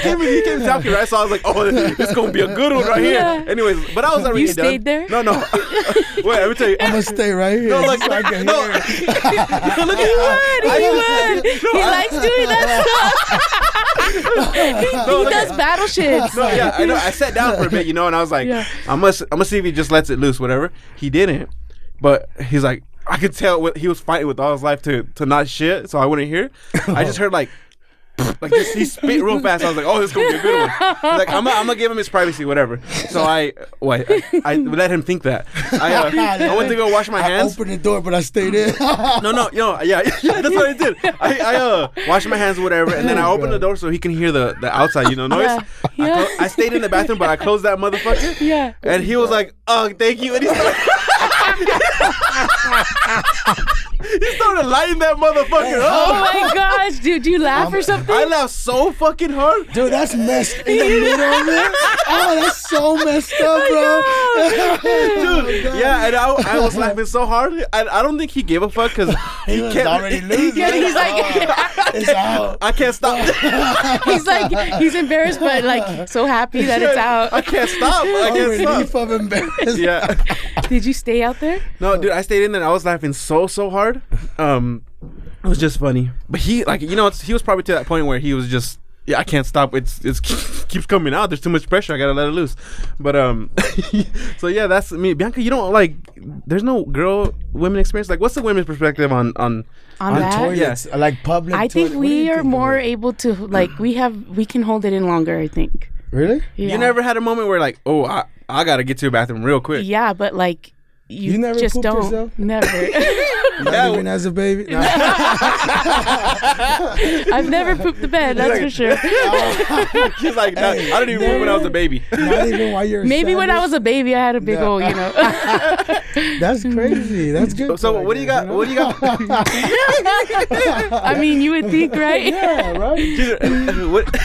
S2: came in, he came talking right, so I was like, oh, it's gonna be a good one right
S1: Yeah.
S2: here. Anyways, but I was already done.
S1: stayed there?
S2: No, *laughs* no. Wait, let me tell you.
S3: I'm gonna stay right here.
S2: No,
S3: No,
S2: like,
S3: so I can
S2: no. *laughs*
S3: hear it.
S2: Look
S1: He would.
S2: at
S1: He
S2: I-
S1: would.
S2: *laughs*
S1: He
S2: I-
S1: likes doing
S2: *laughs*
S1: that stuff.
S2: No,
S1: *laughs* he
S2: look
S1: does
S2: at-
S1: battle shit.
S2: *laughs* No, yeah, I know. I sat down for a bit, you know, and I was like,
S1: Yeah.
S2: I must, I must see if he just lets it loose, whatever. He didn't, but he's like, I could tell what he was fighting with all his life to to not shit, so I wouldn't hear. I just heard like. *laughs* Like just, he spit real fast. I was like, "Oh, this is gonna be a good one." Like I'm, gonna- I'm gonna give him his privacy, whatever. So I, wait, I, I let him think that. I,
S3: *laughs*
S2: uh, I went to go wash my
S3: I
S2: hands.
S3: opened the door, but I stayed in.
S2: *laughs* No, no, yo, yeah, *laughs* yeah, that's what I did. I, I uh, washed my hands, whatever, and then I
S3: Oh,
S2: opened the
S3: God.
S2: door so he can hear the, the outside, you know, noise.
S1: Yeah.
S2: I,
S1: Yeah.
S2: clo- I stayed in the bathroom, but I closed that motherfucker.
S1: Yeah.
S2: And he was like, "Oh, thank you," and he started. *laughs* he started lighting that motherfucker
S1: Oh
S2: up. *laughs*
S1: my gosh, dude, do you laugh or something?
S2: I laughed so fucking hard.
S3: Dude, that's messed in the middle. Man. Oh, that's so messed up, *laughs* bro. Oh,
S2: Dude, yeah, and I, I was laughing so hard. I, I don't think he gave a fuck because
S3: *laughs*
S2: *laughs* he,
S3: was
S2: kept-
S3: already losing.
S1: Yeah, he's
S2: *laughs*
S1: like, *laughs*
S3: It's out.
S2: I can't stop.
S1: he's like, he's embarrassed, but like so happy that
S2: *laughs*
S1: it's
S2: I
S1: out.
S2: can't stop. I
S1: *laughs*
S3: I'm
S2: can't
S3: Oh, relief
S2: stop.
S3: of embarrassment.
S2: Yeah.
S1: Did you stay out there?
S2: No, dude, I stayed in there. and I was laughing so so hard. Um, it was just funny. But he like you know it's, he was probably to that point where he was just yeah I can't stop. It's *laughs* it's keeps coming out. There's too much pressure. I gotta let it loose. But um, *laughs* so yeah, that's me. Bianca, you don't like. There's no girl women experience. Like, what's the women's perspective on on?
S1: On,
S3: On
S1: that?
S3: toilets, like public.
S1: I think
S3: toilet- what do
S1: we
S3: you
S1: are
S3: think of
S1: more
S3: it?
S1: able to like we have we can hold it in longer. I think.
S3: Really?
S1: Yeah.
S2: You never had a moment where like oh I I gotta get to a bathroom real quick.
S1: Yeah, but like you,
S3: You never
S1: just
S3: pooped
S1: don't.
S3: yourself?
S1: Never. *laughs*
S3: Not
S2: Yeah, *laughs*
S3: even
S2: w-
S3: as a baby. No.
S1: I've never pooped the bed, that's for
S3: *laughs*
S1: sure.
S2: She's like, "Nah, I don't even remember when I was a baby.
S3: Not even while you're
S1: Maybe when I was a baby, I had a big
S3: No.
S1: hole, you know.
S3: *laughs* That's crazy. That's good.
S2: So
S3: for
S2: what do you
S3: her,
S2: got?
S3: know?
S2: What do you got?
S1: *laughs* I mean, you would think, right?
S3: *laughs* Yeah, right.
S2: Dude, *laughs* what-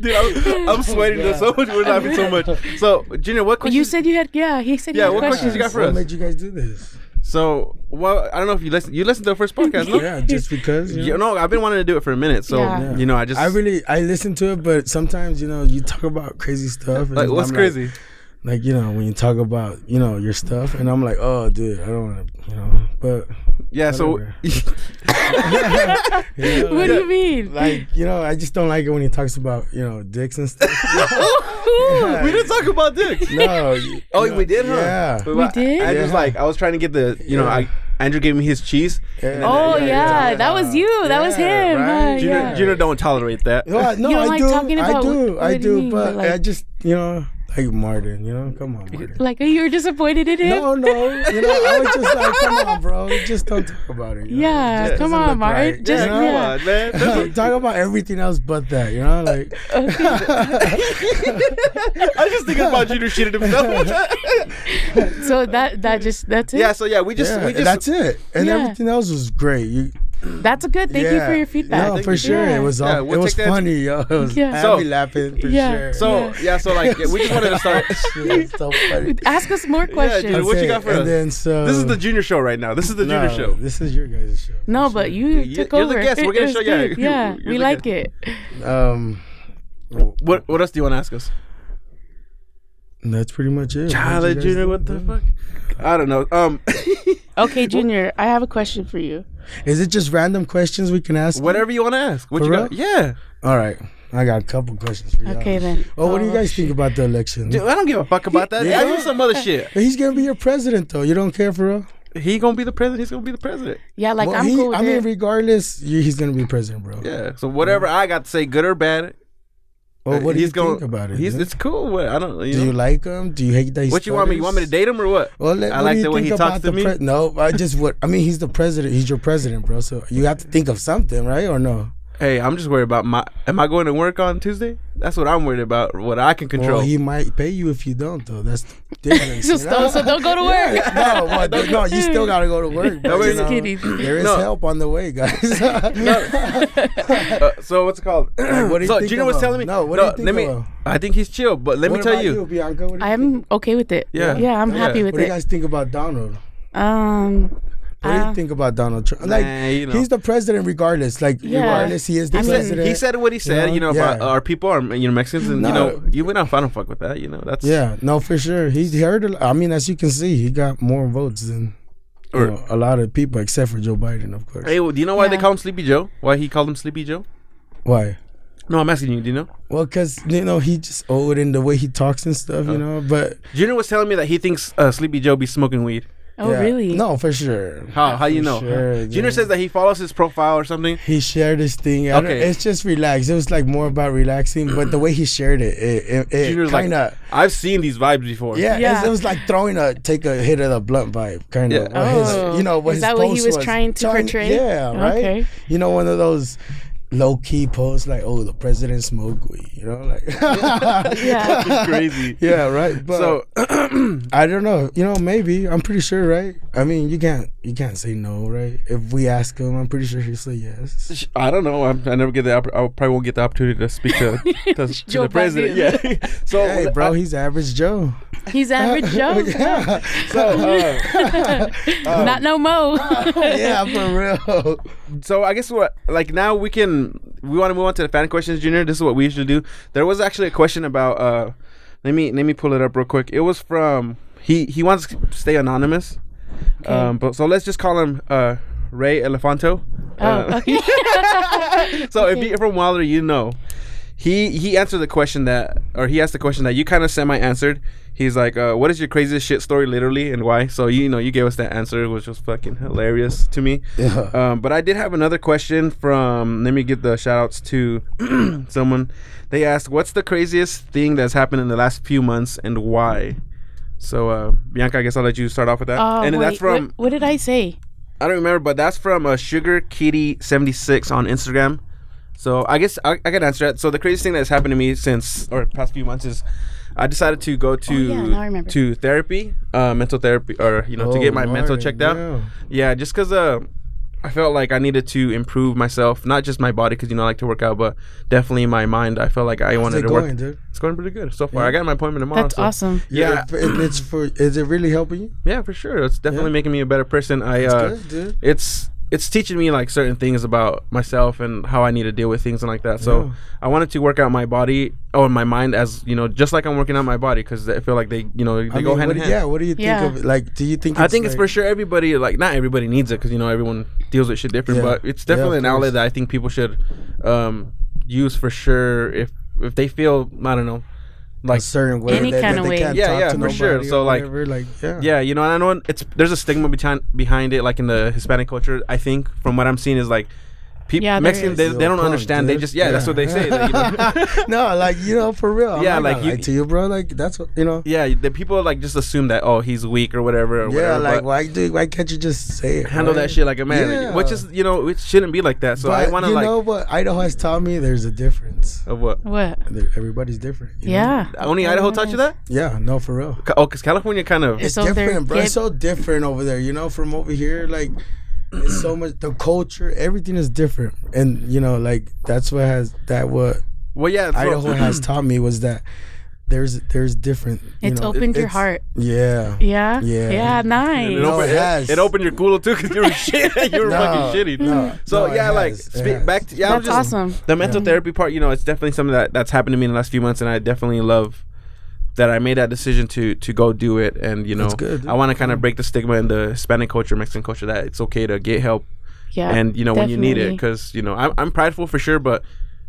S2: Dude, I'm, I'm sweating
S3: Oh God.
S2: so much. We're laughing so much. So, Junior, what questions?
S1: *laughs* You said you had, yeah, he said
S2: Yeah,
S1: he had
S2: *laughs* what
S1: questions.
S2: questions you got for
S3: what
S2: us?
S3: made you guys do this?
S2: so, well, I don't know if you listened. You listened to the first podcast, no?
S3: Yeah, just because. You
S2: You
S3: know?
S2: know, I've been wanting to do it for a minute. So,
S1: Yeah. Yeah.
S2: you know, I just
S3: I really I listen to it, but sometimes you know you talk about crazy stuff. And
S2: like what's
S3: I'm
S2: crazy.
S3: Like you know when you talk about you know your stuff, and I'm like, oh, dude, I don't want to, you know. But
S2: yeah. *laughs*
S3: whatever.
S2: So,
S3: you know,
S1: What
S3: like,
S1: do you mean? *laughs*
S3: *laughs* like, you know, I just don't like it when he talks about you know dicks and stuff. *laughs*
S2: we didn't talk about dicks.
S3: no. you-
S2: Oh,
S3: you know,
S2: we did, huh?
S3: Yeah.
S2: But I-
S1: did?
S2: I, just
S3: Yeah.
S2: like I was trying to get the, you know, I Andrew gave me his cheese.
S3: Yeah,
S1: oh, yeah,
S3: yeah.
S1: that was you. That was
S3: Yeah,
S1: him.
S3: right?
S1: huh?
S2: Junior,
S1: yeah.
S2: Junior don't tolerate that.
S3: No, I, no,
S1: You don't
S3: I
S1: like
S3: do.
S1: talking
S3: I
S1: about
S3: do.
S1: what-
S3: I
S1: what do
S3: do.
S1: you mean,
S3: but
S1: like-
S3: I just, you know, like Martin, you know, come on,
S1: *laughs*
S3: Martin.
S1: Like, you were disappointed in him?
S3: No, no, you know, I was just like, come on, bro, just don't talk about it. you know?
S1: Yeah,
S3: It just
S1: come
S3: doesn't
S1: on,
S3: look
S1: Martin,
S3: right,
S1: just-
S3: you know?
S2: Come
S1: yeah.
S2: on, man. That's what-
S3: *laughs* talk about everything else but that, you know,
S1: *laughs*
S3: like
S2: *laughs*
S3: *laughs*
S2: I just think about Junior shitting
S3: *laughs*
S2: himself.
S1: So that that just that's it.
S2: yeah. So yeah, we just
S3: yeah,
S2: we just
S3: that's it, and
S1: Yeah.
S3: everything else was great. You,
S1: That's a good. Thank you
S3: yeah.
S1: for your feedback.
S3: No,
S2: Thank
S3: for
S2: you.
S3: sure,
S1: Yeah.
S3: it was all,
S2: Yeah, we'll
S3: it was
S2: take that-
S3: funny, yo. It was
S1: Yeah.
S3: yeah.
S2: So-
S3: laughing for
S1: Yeah.
S3: sure.
S2: So yeah, so like yeah, we just wanted to
S3: *laughs*
S2: start.
S3: Shit, so
S1: *laughs*
S3: funny.
S1: *laughs* Ask us more questions.
S2: dude, what you
S3: That's
S2: got
S3: it.
S2: for
S3: and
S2: us?
S3: Then, so
S2: This is the junior show right now. This is the junior
S3: no,
S2: show.
S3: This is your guys' show.
S1: no, but you
S2: you-
S1: took
S2: you're the
S1: over.
S2: guest. We're
S1: It
S2: gonna
S1: was
S2: show you how-
S3: *laughs*
S1: good. Yeah,
S2: you're
S1: we
S2: the
S1: like
S2: guest.
S1: it.
S3: Um,
S2: What what else do you want to ask us?
S3: and that's pretty much it. What
S2: Tyler
S3: you guys
S2: Junior,
S3: do?
S2: what the fuck? I don't know. Um, *laughs*
S1: Okay, Junior, I have a question for you.
S3: Is it just random questions we can ask?
S2: whatever you want to ask. What
S3: For
S2: you got?
S3: real?
S2: Yeah,
S3: All right, I got a couple questions for you.
S1: Okay, then.
S3: Oh, what do you
S1: Oh,
S3: guys think about the election?
S2: dude, I don't give a fuck about that.
S3: Yeah.
S2: Ask him some other shit.
S3: But he's gonna be your president, though. You don't care for real.
S2: He gonna be the president. He's gonna be the president.
S1: Yeah, like
S3: Well,
S1: I'm
S3: he-
S1: cool with
S3: I mean,
S1: it.
S3: regardless, you, he's gonna be president, bro.
S2: Yeah. So whatever I got to say, good or bad,
S3: Well, what do
S2: he's
S3: you
S2: going
S3: think about it?
S2: He's,
S3: dude?
S2: it's cool. What I don't. You
S3: do
S2: know.
S3: you like him? Do you hate that? He
S2: what you want me? You want me to
S3: stutters?
S2: date him or what?
S3: Well, let,
S2: I
S3: what
S2: like
S3: do you
S2: the way
S3: think
S2: he talks
S3: about
S2: to
S3: the
S2: me.
S3: Pre- no, I just what I mean. He's the president. He's your president, bro. So you have to think of something, right? Or no?
S2: Hey, I'm just worried about my. Am I going to work on Tuesday? That's what I'm worried about. What I can control.
S3: Well, he might pay you if you don't, though. That's the
S1: *laughs* *laughs*
S3: difference.
S1: So,
S3: you know?
S1: so, so don't
S3: *laughs*
S1: go to work.
S3: no, what, no, you still gotta go to work. But,
S2: Just
S3: you know,
S1: kidding.
S3: There is
S2: No.
S3: help on the way,
S2: *laughs*
S3: guys. *laughs*
S2: Uh, so what's it called?
S3: what do you
S2: so
S3: think
S2: Junior was
S3: of him?
S2: telling me.
S3: No, what do you think
S2: let me.
S3: of him?
S2: I think he's chill, but let me
S3: What
S2: tell
S3: about
S2: you.
S3: Bianca? What do you think?
S1: I'm okay with it.
S2: Yeah.
S1: yeah, I'm
S2: Yeah.
S1: happy with
S3: What do you
S1: it.
S3: guys think about Donald?
S1: um,
S3: What do
S1: uh,
S3: you think about Donald Trump? Like
S2: Nah, you know.
S3: he's the president, regardless. Like
S1: Yeah.
S3: regardless, he is the
S1: I mean-
S2: He said-
S3: president.
S2: he said what he said,
S3: know?
S2: you know, about
S3: Yeah.
S2: our people, are you know, Mexicans, and you
S3: No.
S2: know, you went off. I don't fuck with that, you know. That's
S3: Yeah, no, for sure. He's heard. a lo- I mean, as you can see, he got more votes than you
S2: Or-
S3: know, a lot of people, except for Joe Biden, of course.
S2: Hey, well, do you know why they
S1: Yeah.
S2: call him Sleepy Joe? Why he called him Sleepy Joe?
S3: Why?
S2: No, I'm asking you. Do you know?
S3: Well, because you know he just old in the way he talks and stuff,
S2: Oh.
S3: you know. But
S2: Junior was telling me that he thinks uh, Sleepy Joe be smoking weed.
S1: oh,
S3: yeah.
S1: really?
S3: No, for sure.
S2: How? How you know?
S3: sure,
S2: Junior
S3: yeah.
S2: says that he follows his profile or something.
S3: He shared this thing. I don't-
S2: Okay.
S3: it's just relaxed. It was like more about relaxing, but the way he shared it, it, it, it
S2: Junior's like,
S3: kind of.
S2: I've seen these vibes before.
S3: Yeah,
S1: Yeah.
S3: It, it was like throwing a take a hit of the blunt vibe, kind of.
S2: Yeah.
S1: Oh.
S3: you know, what
S1: Is
S3: his
S1: that what he
S3: post
S1: was trying to portray?
S3: Yeah, right.
S1: Okay.
S3: You know, one of those low key posts like, "Oh, the president smoked weed," you know, like.
S1: *laughs* Yeah.
S2: It's crazy.
S3: *laughs* yeah, right. But
S2: So *clears throat*
S3: I don't know. You know, maybe I'm pretty sure, right? I mean, you can't you can't say no, right? If we ask him, I'm pretty sure he'll say yes.
S2: Sh- I don't know. I'm, I never get the. Opp- I probably won't get the opportunity to
S1: *laughs*
S2: speak to, to, to
S1: Joe
S2: the president.
S1: Biden.
S2: Yeah. *laughs* so, uh,
S3: Hey,
S2: I-
S3: bro, he's average Joe. *laughs*
S1: He's average Joe.
S3: yeah, Oh.
S2: so,
S1: *laughs*
S2: uh,
S1: Not no mo.
S3: *laughs* yeah, for real.
S2: so I guess what like now we can we want to move on to the fan questions, Junior. This is what we usually do. There was actually a question about. uh Let me let me pull it up real quick. It was from he he wants to stay anonymous. Um, but so let's just call him uh Ray Elefanto.
S1: *laughs*
S2: Uh,
S1: oh,
S3: *laughs*
S1: okay.
S2: *laughs* So if you're from Wilder, you know. He he answered the question that, or he asked the question that you kind of semi answered. He's like, uh, "What is your craziest shit story, literally, and why?" So you know you gave us that answer, which was fucking hilarious to me.
S3: Yeah.
S2: Um, but I did have another question from. Let me get the shout outs to *clears throat* someone. They asked, "What's the craziest thing that's happened in the last few months, and why?" So uh, Bianca, I guess I'll let you start off with that.
S1: Uh,
S2: and
S1: wait,
S2: that's from
S1: what, what did I say?
S2: I don't remember, but that's from uh, Sugar Kitty seventy six on Instagram. So I guess I, I can answer that. So the craziest thing that's happened to me since or past few months is I decided to go to
S1: Oh, yeah, now I remember.
S2: to therapy, uh, mental therapy, or you know to
S3: Oh,
S2: get my mental checked out.
S3: Yeah.
S2: Yeah, just because uh, I felt like I needed to improve myself, not just my body because you know I like to work out, but definitely my mind. I felt like I wanted
S3: How's it
S2: to
S3: going,
S2: work.
S3: dude?
S2: It's going pretty good so far. I got my appointment tomorrow.
S1: That's
S2: so-
S1: awesome.
S2: Yeah,
S3: If- if it's for. Is it really helping you?
S2: yeah, for sure. It's definitely
S3: Yeah.
S2: making me a better person. I uh,
S3: good, dude.
S2: it's it's teaching me like certain things about myself and how I need to deal with things and like that. So
S3: Yeah.
S2: I wanted to work out my body or my mind as you know, just like I'm working out my body because I feel like they you know they
S3: I
S2: go
S3: mean,
S2: hand
S3: what
S2: in
S3: do-
S2: hand.
S3: Yeah. What do you think
S1: Yeah.
S3: of? it? Like, do you think?
S2: I think it's
S3: like-
S2: for sure everybody like not everybody needs it because you know everyone deals with shit different,
S3: Yeah.
S2: but it's
S3: Yeah, of
S2: definitely an
S3: course.
S2: outlet that I think people should um, use for sure if if they feel I don't know
S3: a
S2: like
S3: certain way.
S1: Any
S3: that,
S1: kinda
S3: that they
S1: way.
S3: Can't
S2: Yeah,
S3: talk
S2: yeah,
S3: to
S2: for sure.
S3: nobody or
S2: So, like-
S3: whatever, like, yeah.
S2: yeah you know and I know it's there's a stigma behind behind it like in the Hispanic culture I think from what I'm seeing is like people
S1: Yeah, there
S2: Mexicans
S1: is.
S2: they, they
S3: You're
S2: don't
S3: punk,
S2: understand they
S3: dude.
S2: just yeah, that's what they say that, you know?
S3: *laughs* no, like you know, for real. I'm
S2: Yeah,
S3: not
S2: like,
S3: gonna
S2: you-
S3: lie to you, bro. Like that's what you know.
S2: yeah the people like just assume that oh he's weak or whatever or
S3: Yeah,
S2: whatever,
S3: like
S2: but
S3: why, dude? Why can't you just say it?
S2: handle
S3: right?
S2: that shit like a man
S3: Yeah.
S2: which is you know it shouldn't be like that so I
S3: But
S2: want to
S3: you
S2: like
S3: know what Idaho has taught me? There's a difference.
S2: of what
S1: What?
S3: There- Everybody's different. you know?
S1: Yeah.
S2: only Idaho taught you that
S3: Yeah. No, for real.
S2: Ca- oh because California kind of
S3: It's
S1: So they're
S3: different, bro. It's
S1: get-
S3: so different over there. You know, from over here, like it's so much. The culture, everything is different, and you know, like that's what has that what
S2: Well, yeah, so-
S3: Idaho
S2: *laughs*
S3: has taught me was that there's there's different. You
S1: It's
S3: know,
S1: opened your
S3: it's-
S1: heart.
S3: Yeah.
S1: Yeah.
S3: Yeah.
S1: Yeah. Nice.
S2: It,
S3: No,
S2: opened,
S3: it has.
S2: it opened your cooler too, cause you were *laughs* shit. You were
S3: No,
S2: fucking shitty.
S3: no,
S2: so
S3: no, it
S2: yeah, like
S3: has. It
S2: spe-
S3: has.
S2: back to yeah, I'm
S1: That's
S2: just-
S1: awesome.
S2: The mental therapy part, you know, it's definitely something that that's happened to me in the last few months, and I definitely love that I made that decision to to go do it. And you know,
S3: That's good, dude.
S2: I want to kind of break the stigma in the Hispanic culture, Mexican culture, that it's okay to get help,
S1: Yeah.
S2: and you know when you need it,
S1: definitely.
S2: because you know I'm I'm prideful for sure, but.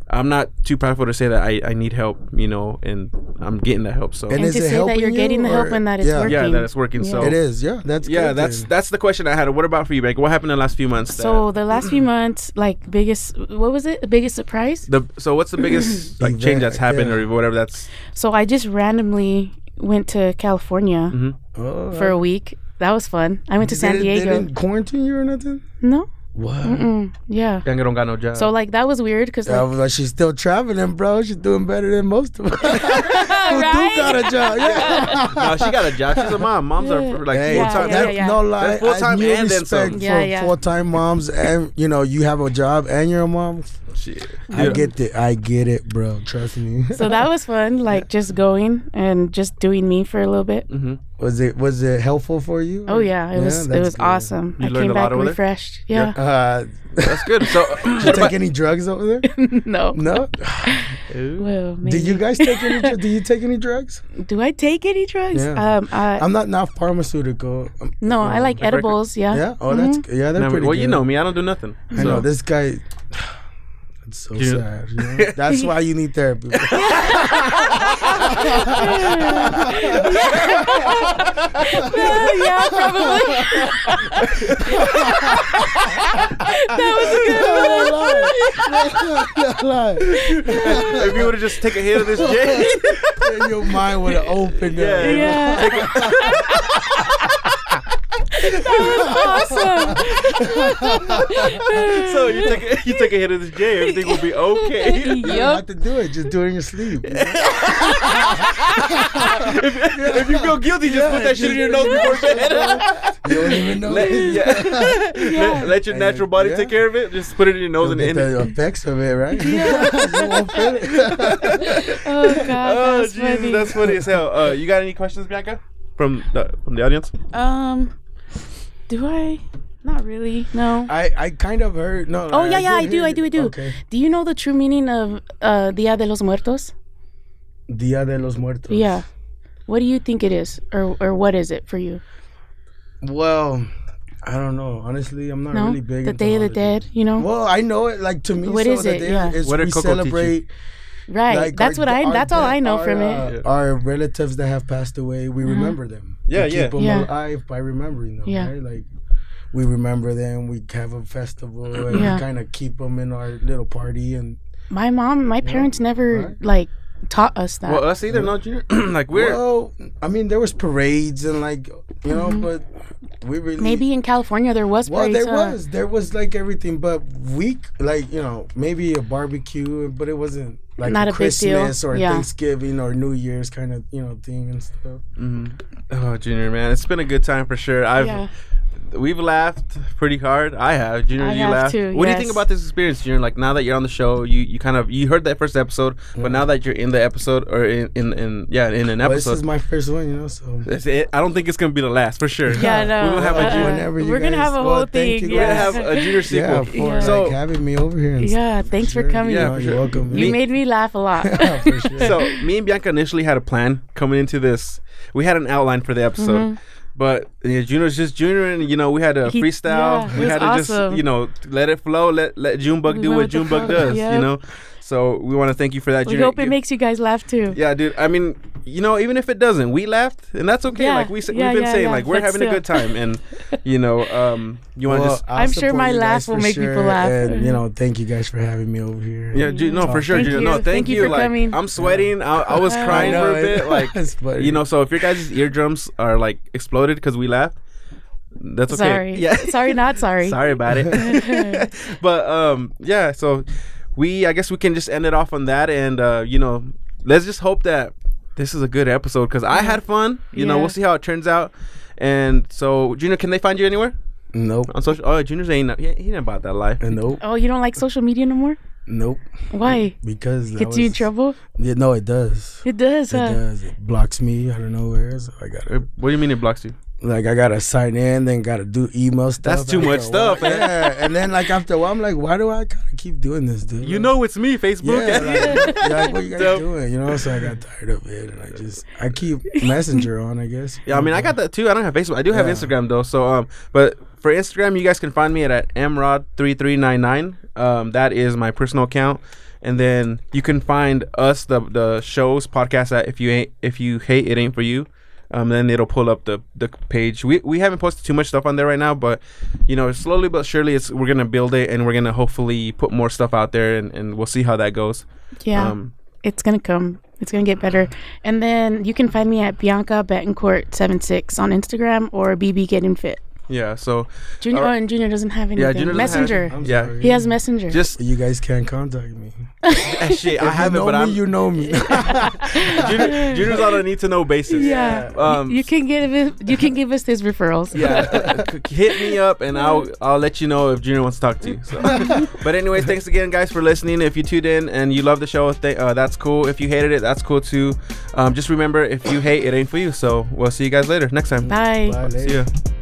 S2: I'm not too prideful to say that I, I need help, you know, and I'm getting the help. So
S1: And
S3: is
S1: to
S3: it
S1: say that
S3: helping
S1: you're
S3: you,
S1: getting the help
S3: or-
S1: and that it's
S3: Yeah.
S1: working.
S2: yeah, that it's working. So
S3: It is. Yeah. That's
S2: yeah,
S3: good
S2: that's
S3: then.
S2: that's the question I had. What about for you, Bank? What happened in the last few months?
S1: So
S2: that-
S1: the last few months, like biggest, what was it? The biggest surprise.
S2: the so what's the
S3: *clears throat*
S2: biggest like change
S3: Event,
S2: that's happened
S3: yeah.
S2: or whatever that's
S1: So I just randomly went to California
S2: mm-hmm.
S3: Oh,
S2: Mm.
S1: for a week. That was fun. I went to San
S3: they, didn't- They
S1: Diego.
S3: didn't quarantine you or nothing.
S1: no.
S3: What?
S1: Mm, yeah.
S2: Bianca don't got no job. *laughs*
S1: So like that was weird because
S3: I
S1: like,
S3: was like, she's still traveling, bro. She's doing better than
S1: *laughs*
S3: most of us. Who
S1: Right?
S3: do got a job? Yeah.
S1: *laughs*
S2: no, she got a job. She's a mom. Moms are like
S3: Hey,
S2: full time.
S1: yeah,
S3: that-
S1: yeah, yeah.
S3: No lie,
S2: That's full-time
S3: I knew
S2: and then some.
S3: respect
S1: Yeah,
S3: for
S1: yeah.
S3: full-time moms, and you know you have a job and you're a mom.
S2: Shit.
S3: I get it, I get it, bro. Trust me.
S1: so that was fun. Like just going and just doing me for a little bit.
S2: Mhm.
S3: *laughs* was it was it helpful for you?
S1: Oh yeah, it was it
S3: that's
S1: was
S3: good.
S1: awesome.
S2: You
S1: I
S2: learned
S1: came
S2: a lot
S1: back
S2: over there?
S1: refreshed.
S2: Yeah.
S1: Yeah.
S3: Uh,
S2: That's good. So
S3: *laughs* did you take any drugs
S1: *laughs*
S3: over there?
S1: no.
S3: No.
S1: Well,
S3: Do
S1: maybe.
S3: you guys take any? dr- Do you take any drugs?
S1: *laughs* Do I take any drugs?
S3: Yeah.
S1: Um, I,
S3: I'm not not pharmaceutical. Um,
S1: no, I like
S2: record-
S1: edibles. Yeah. Mm-hmm.
S3: yeah. Oh, that's g- yeah. They're
S2: Never-
S3: pretty.
S2: well,
S3: good.
S2: you know me. I don't do nothing.
S3: I know
S2: So-
S3: this guy. *sighs* It's so
S2: You-
S3: sad. you know? That's why you
S2: *laughs*
S3: need therapy. *laughs* bro.
S1: *laughs* Well, yeah, probably. *laughs*
S3: Oh,
S1: that
S3: No lie.
S2: *laughs* if *laughs* you would have just take a hit
S3: *laughs*
S2: of this J,
S3: Then Your mind would have opened
S1: was a good.
S2: Yeah.
S3: up.
S1: Yeah. *laughs* that was awesome.
S2: so you take a, you take a hit of this J, everything will be
S1: *laughs*
S2: okay.
S3: You don't have
S1: Yup.
S3: to do it. Just do it in your
S2: *laughs*
S3: sleep.
S2: *laughs* if you feel guilty, just put that shit in your nose
S3: *laughs*
S2: before bed.
S3: You don't even know.
S2: let,
S3: it. *laughs*
S2: yeah. let, let your
S3: And
S2: natural
S3: it-
S2: body
S3: yeah.
S2: take care of it. Just put it in your nose
S3: You'll
S2: and
S3: get uh,
S2: end it.
S3: the effects of it, right? Yeah. *laughs* you won't feel it.
S2: *laughs*
S1: Oh god, that
S2: Oh
S1: was
S2: Jesus,
S1: funny.
S2: that's funny as hell. Uh, you got any questions, Bianca, from the from the audience?
S1: Um, do I? Not really. No.
S3: I, I kind of heard. No.
S1: Oh yeah, yeah, I
S3: did
S1: do,
S3: hear
S1: I
S3: you.
S1: do, I do.
S3: Okay.
S1: Do you know the true meaning of uh, Dia de los Muertos?
S3: Dia de los Muertos.
S1: Yeah. What do you think it is, or or what is it for you?
S3: Well, I don't know. Honestly, I'm not
S1: No,
S3: really big.
S1: the
S3: into
S1: Day of the
S3: holidays.
S1: Dead. You know,
S3: Well, I know it. Like to me,
S1: What
S3: so
S1: is
S3: the
S1: it?
S3: day
S1: Yeah.
S3: is
S2: What did
S3: we
S2: Coco teach you?
S3: celebrate.
S1: right?
S3: like,
S1: that's
S3: our-
S1: what I.
S3: our
S1: That's all
S3: dead-
S1: I know
S3: our,
S1: from
S3: uh,
S1: it. Uh-huh.
S3: Our relatives that have passed away, we remember them.
S2: Yeah,
S3: we
S2: yeah.
S3: Keep them
S1: Yeah.
S3: alive by remembering them.
S1: Yeah.
S3: Right? Like we remember them. We have a festival and
S1: Yeah.
S3: kind of keep them in our little party and
S1: My mom, my parents never
S3: right. uh,
S1: like taught us that.
S2: Well, us either, no, Junior. *clears throat* like we're
S3: Well, I mean, there was parades and like you
S2: Mm-hmm.
S3: know, but we really
S1: Maybe in California there was
S3: Well,
S1: parades,
S3: there
S1: huh?
S3: was there was like everything, but we c- like you know maybe a barbecue, but it wasn't like
S1: Not
S3: a
S1: a big deal.
S3: Christmas or a
S1: Yeah.
S3: Thanksgiving or New Year's kind of you know thing and stuff.
S2: oh, Junior, man. It's been a good time for sure. I've
S1: Yeah.
S2: we've laughed pretty hard. I have. Junior,
S1: I
S2: you
S1: have
S2: laughed.
S1: too,
S2: What do you think
S1: yes.
S2: about this experience, Junior? Like now that you're on the show, you, you kind of you heard that first episode, but now that you're in the episode or in in, in yeah in an
S3: But this
S2: episode,
S3: is my first one, you know,
S2: *laughs*
S3: so.
S2: that's it. I don't think it's gonna be the last for sure.
S1: Yeah, no.
S2: We're gonna have a
S1: uh,
S2: junior.
S3: Whenever you
S1: we're gonna
S3: guys-
S1: have a
S3: well,
S1: whole thing.
S3: thank you
S2: We're gonna
S1: yeah.
S2: have a junior
S3: *laughs*
S2: sequel.
S3: Yeah, for
S2: So-
S3: like having me over here. And
S1: Yeah, thanks for
S3: Sure.
S1: coming.
S2: Yeah,
S3: No,
S2: for
S3: you're
S2: sure.
S3: welcome.
S1: You made me Oh, laugh a *laughs* lot.
S3: Yeah,
S2: *laughs*
S3: for sure.
S2: so me and Bianca initially had a plan coming into this. We had an outline for the episode.
S1: Mm-hmm.
S2: But yeah, Junior's just Junior, and you know we had to
S1: He-
S2: freestyle.
S1: yeah, it
S2: we
S1: was
S2: had to just
S1: awesome.
S2: you know let it flow. Let let Junebug
S1: We went
S2: do what
S1: with the
S2: Junebug
S1: flow,
S2: does. You
S1: yep.
S2: know, so we want to thank you for that.
S1: we
S2: Junior.
S1: hope it
S2: Give-
S1: makes you guys laugh too.
S2: Yeah, dude. I mean, you know, even if it doesn't, we laughed, and that's okay.
S1: Yeah,
S2: like we s-
S1: yeah,
S2: we've been
S1: yeah,
S2: saying,
S1: yeah,
S2: like we're
S1: but
S2: having a
S1: still.
S2: good time, and you know, um, you want to
S3: Well,
S2: just
S3: I'll
S1: I'm sure
S3: support
S1: my
S3: you
S1: laugh
S3: guys
S1: will
S3: for
S1: make people
S3: sure,
S1: laugh.
S3: And, you
S1: *laughs*
S3: know, thank you guys for having me over here.
S2: yeah, ju-
S3: uh,
S2: no, for sure,
S1: Thank
S2: Junior.
S1: you.
S2: No, thank,
S1: Thank you for
S2: Like
S1: coming.
S2: I'm sweating. I, I was
S1: I
S2: crying for a
S3: know,
S2: bit.
S3: *laughs*
S2: Like
S3: it's funny.
S2: you know, so if your guys' eardrums are like exploded because we laughed, that's okay.
S1: Sorry.
S2: *laughs* Yeah.
S1: sorry, not sorry.
S2: *laughs* sorry about it
S1: *laughs*
S2: *laughs* but um yeah so we i guess we can just end it off on that and uh you know let's just hope that this is a good episode because i had fun you know
S1: Yeah.
S2: we'll see how it turns out and so junior can they find you anywhere
S3: nope,
S2: on social oh junior's ain't he, he ain't about that life
S3: nope,
S1: Oh, you don't like social media no more?
S3: nope.
S1: Why?
S2: Mm.
S3: Because that
S1: Gets you in
S3: was-
S1: trouble?
S3: Yeah, no, it does.
S1: It does, huh?
S3: It does. It blocks me out of nowhere. So I
S2: Uh,
S3: gotta
S2: what do you mean it blocks you
S3: like I gotta sign in, then gotta do email stuff.
S2: That's too
S3: after
S2: much
S3: a
S2: stuff,
S3: while.
S2: man.
S3: Yeah. and then like after a while I'm like, why do I gotta keep doing this, dude?
S2: you know it's me facebook
S3: Yeah,
S2: *laughs*
S3: like, like, what you guys
S2: Dope.
S3: doing? You know, so I got tired of it, and I just I keep Messenger on, I guess.
S2: Yeah, I mean, I got that too. I don't have Facebook. I do have
S3: Yeah.
S2: Instagram though. So, um, but for Instagram, you guys can find me at, at mrod3399. Um, that is my personal account, and then you can find us the the shows podcast at if you ain't if you hate it ain't for you. Um, then it'll pull up the the page. We we haven't posted too much stuff on there right now, but you know, slowly but surely, it's we're gonna build it and we're gonna hopefully put more stuff out there, and, and we'll see how that goes.
S1: Yeah.
S2: Um,
S1: it's gonna come. It's gonna get better. And then you can find me at Bianca Betancourt 76 on Instagram or BB Getting Fit.
S2: yeah. So
S1: Junior
S2: All right.
S1: oh, and Junior doesn't have anything.
S2: yeah, Junior doesn't have-
S1: Messenger.
S3: I'm
S2: yeah,
S3: sorry.
S1: he has Messenger.
S2: just *laughs*
S3: You guys can't contact me.
S2: shit. I
S3: If
S2: have it,
S3: you know
S2: but
S3: me,
S2: I'm
S3: you know
S2: *laughs*
S3: me.
S2: Junior, Junior's on a need to know basis.
S1: *laughs* yeah.
S2: Um,
S1: you can give it, you can give us his referrals.
S2: yeah, c- c- hit me up and I'll I'll let you know if Junior wants to talk to you.
S1: *laughs*
S2: So. but anyways, thanks again, guys, for listening. If you tuned in and you love the show, th- uh, that's cool. If you hated it, that's cool too. Um, just remember, if you hate, it ain't for you. So we'll see you guys later next
S1: *laughs*
S2: time.
S1: Bye.
S3: Bye,
S2: See
S3: later.
S2: ya.